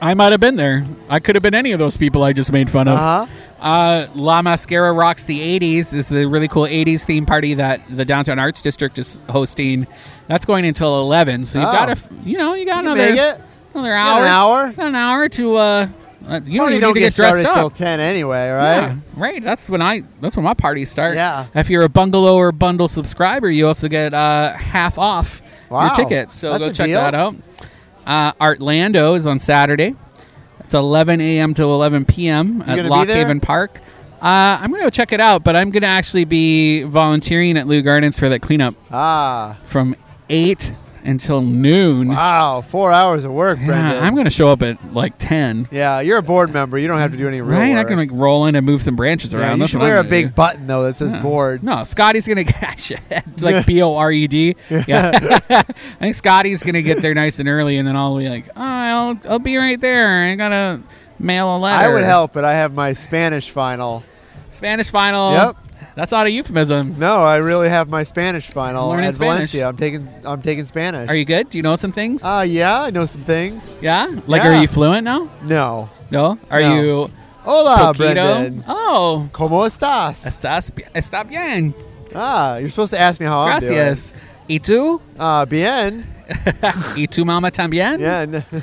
S2: I might have been there. I could have been any of those people I just made fun of.
S1: Uh huh.
S2: Uh, La Mascara Rocks the 80s is the really cool 80s theme party that the Downtown Arts District is hosting. That's going until 11. So you've
S1: Oh.
S2: got to, f- you know, you got
S1: You
S2: another,
S1: make it.
S2: another
S1: Got
S2: hour.
S1: an hour.
S2: Got an hour to, uh, uh, you don't
S1: Party
S2: even
S1: don't
S2: need to get, dressed
S1: started
S2: up.
S1: till ten anyway, right?
S2: Yeah, right. That's when I. That's when my parties start.
S1: Yeah.
S2: If you're a bungalow or bundle subscriber, you also get uh, half off
S1: Wow.
S2: your tickets. So
S1: That's
S2: go
S1: a
S2: check
S1: deal.
S2: that out. Uh, Artlando is on Saturday. It's 11 a.m. to 11 p.m. at
S1: gonna be
S2: Lock
S1: there?
S2: Haven Park. Uh, I'm going to go check it out, but I'm going to actually be volunteering at Lou Gardens for that cleanup
S1: Ah.
S2: from eight until noon.
S1: Wow. Four hours of work, Brendan.
S2: Yeah, I'm going to show up at like 10.
S1: yeah, you're a board member. You don't have to do any real
S2: Right, I
S1: work.
S2: can like roll in and move some branches
S1: yeah,
S2: around.
S1: you
S2: That's
S1: should
S2: what I'm
S1: wear a
S2: gonna
S1: big
S2: do.
S1: button though that says board.
S2: Hmm. No, Scotty's gonna get shit, like B O R E D. Yeah, I think Scotty's gonna get there nice and early, and then I'll be like, oh, I'll, I'll be right there. I gotta mail a letter.
S1: I would help, but I have my Spanish final.
S2: Spanish final.
S1: Yep.
S2: That's not a euphemism.
S1: No, I really have my Spanish final
S2: Learning
S1: at
S2: Spanish.
S1: Valencia. I'm taking I'm taking Spanish.
S2: Are you good? Do you know some things?
S1: Uh, yeah, I know some things.
S2: yeah. Like,
S1: yeah.
S2: are you fluent now?
S1: No.
S2: No. Are
S1: No.
S2: you
S1: Hola,
S2: poquito?
S1: Brendan.
S2: Oh,
S1: ¿Cómo estás?
S2: estás, bi- está bien.
S1: Ah, you're supposed to ask me how
S2: Gracias. ¿Y
S1: I'm
S2: tú?
S1: doing. Ah, bien.
S2: ¿Y tu mamá también?
S1: Bien.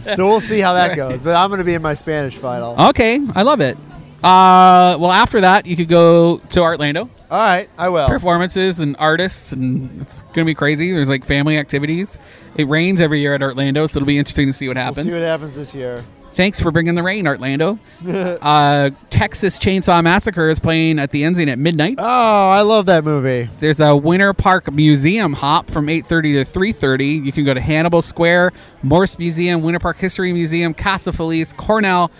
S1: so we'll see how that goes. But I'm going to be in my Spanish final.
S2: Okay, I love it. Uh, well, after that, you could go to Orlando.
S1: All right, I
S2: Oh.
S1: will.
S2: performances and artists, and it's going to be crazy. There's like family activities. It rains every year at Orlando, so it'll be interesting to see what
S1: We'll
S2: happens.
S1: see what happens this year.
S2: Thanks for bringing the rain, Orlando. uh, Texas Chainsaw Massacre is playing at the Enzian at midnight.
S1: Oh, I love that movie.
S2: There's a Winter Park Museum hop from 8:30 to 3:30. You can go to Hannibal Square, Morse Museum, Winter Park History Museum, Casa Feliz, Cornell,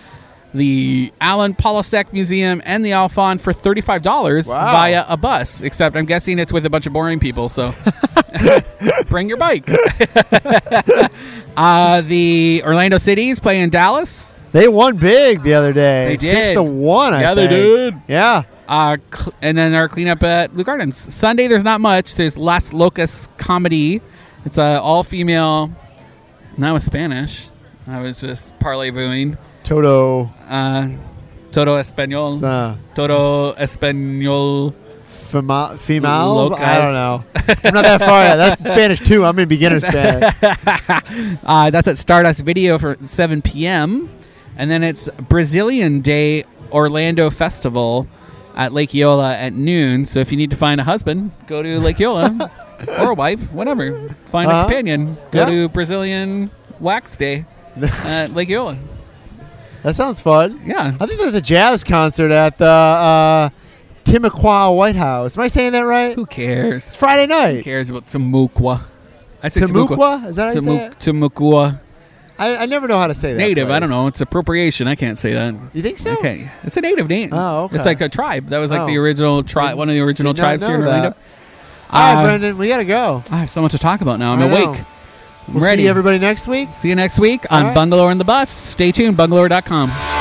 S2: the Allen Polisek Museum, and the Alphon for thirty-five dollars
S1: Wow.
S2: via a bus. Except I'm guessing it's with a bunch of boring people. So bring your bike. uh, the Orlando City is playing Dallas.
S1: They won big the other day.
S2: They
S1: Six
S2: did.
S1: to one. I
S2: Yeah, they
S1: think.
S2: did.
S1: Yeah.
S2: Uh, cl- and then our cleanup at Blue Gardens. Sunday, there's not much. There's Las Locas Comedy. It's a all female. And that was Spanish. I was just parley-vooing.
S1: Toto.
S2: Uh, todo Espanol.
S1: Uh,
S2: Todo Espanol.
S1: Fema- females? I
S2: Locas.
S1: don't know. I'm not that far. yet. That's Spanish too. I'm in beginner Spanish.
S2: Uh, that's at Stardust Video for 7 p.m. And then it's Brazilian Day Orlando Festival at Lake Yola at noon. So if you need to find a husband, go to Lake Yola or a wife, whatever. Find
S1: Uh-huh.
S2: a companion. Go
S1: Yeah.
S2: to Brazilian Wax Day at Lake Yola.
S1: That sounds fun.
S2: Yeah.
S1: I think there's a jazz concert at the uh, Timaqua White House. Am I saying that right?
S2: Who
S1: It's
S2: cares?
S1: Friday
S2: Who
S1: night.
S2: cares about Tamukwa? I said Tamukwa.
S1: Timuqua? Is that how you say it?
S2: Tamukwa.
S1: I, I never know how to say that.
S2: Native.
S1: place.
S2: I don't know. It's appropriation. I can't say that.
S1: You think so?
S2: Okay, it's a native name.
S1: Oh, okay.
S2: It's like a tribe. That was like
S1: Oh.
S2: the original tribe, one of the original
S1: did not
S2: tribes here in
S1: know that.
S2: Orlando.
S1: All
S2: Uh,
S1: right, Brendan, we gotta go.
S2: I have so much to talk about now. I'm
S1: I know.
S2: awake. I'm
S1: We'll
S2: ready.
S1: see everybody next week.
S2: See you next week on
S1: All right.
S2: Bungalow and the Bus. Stay tuned, bungalow.com.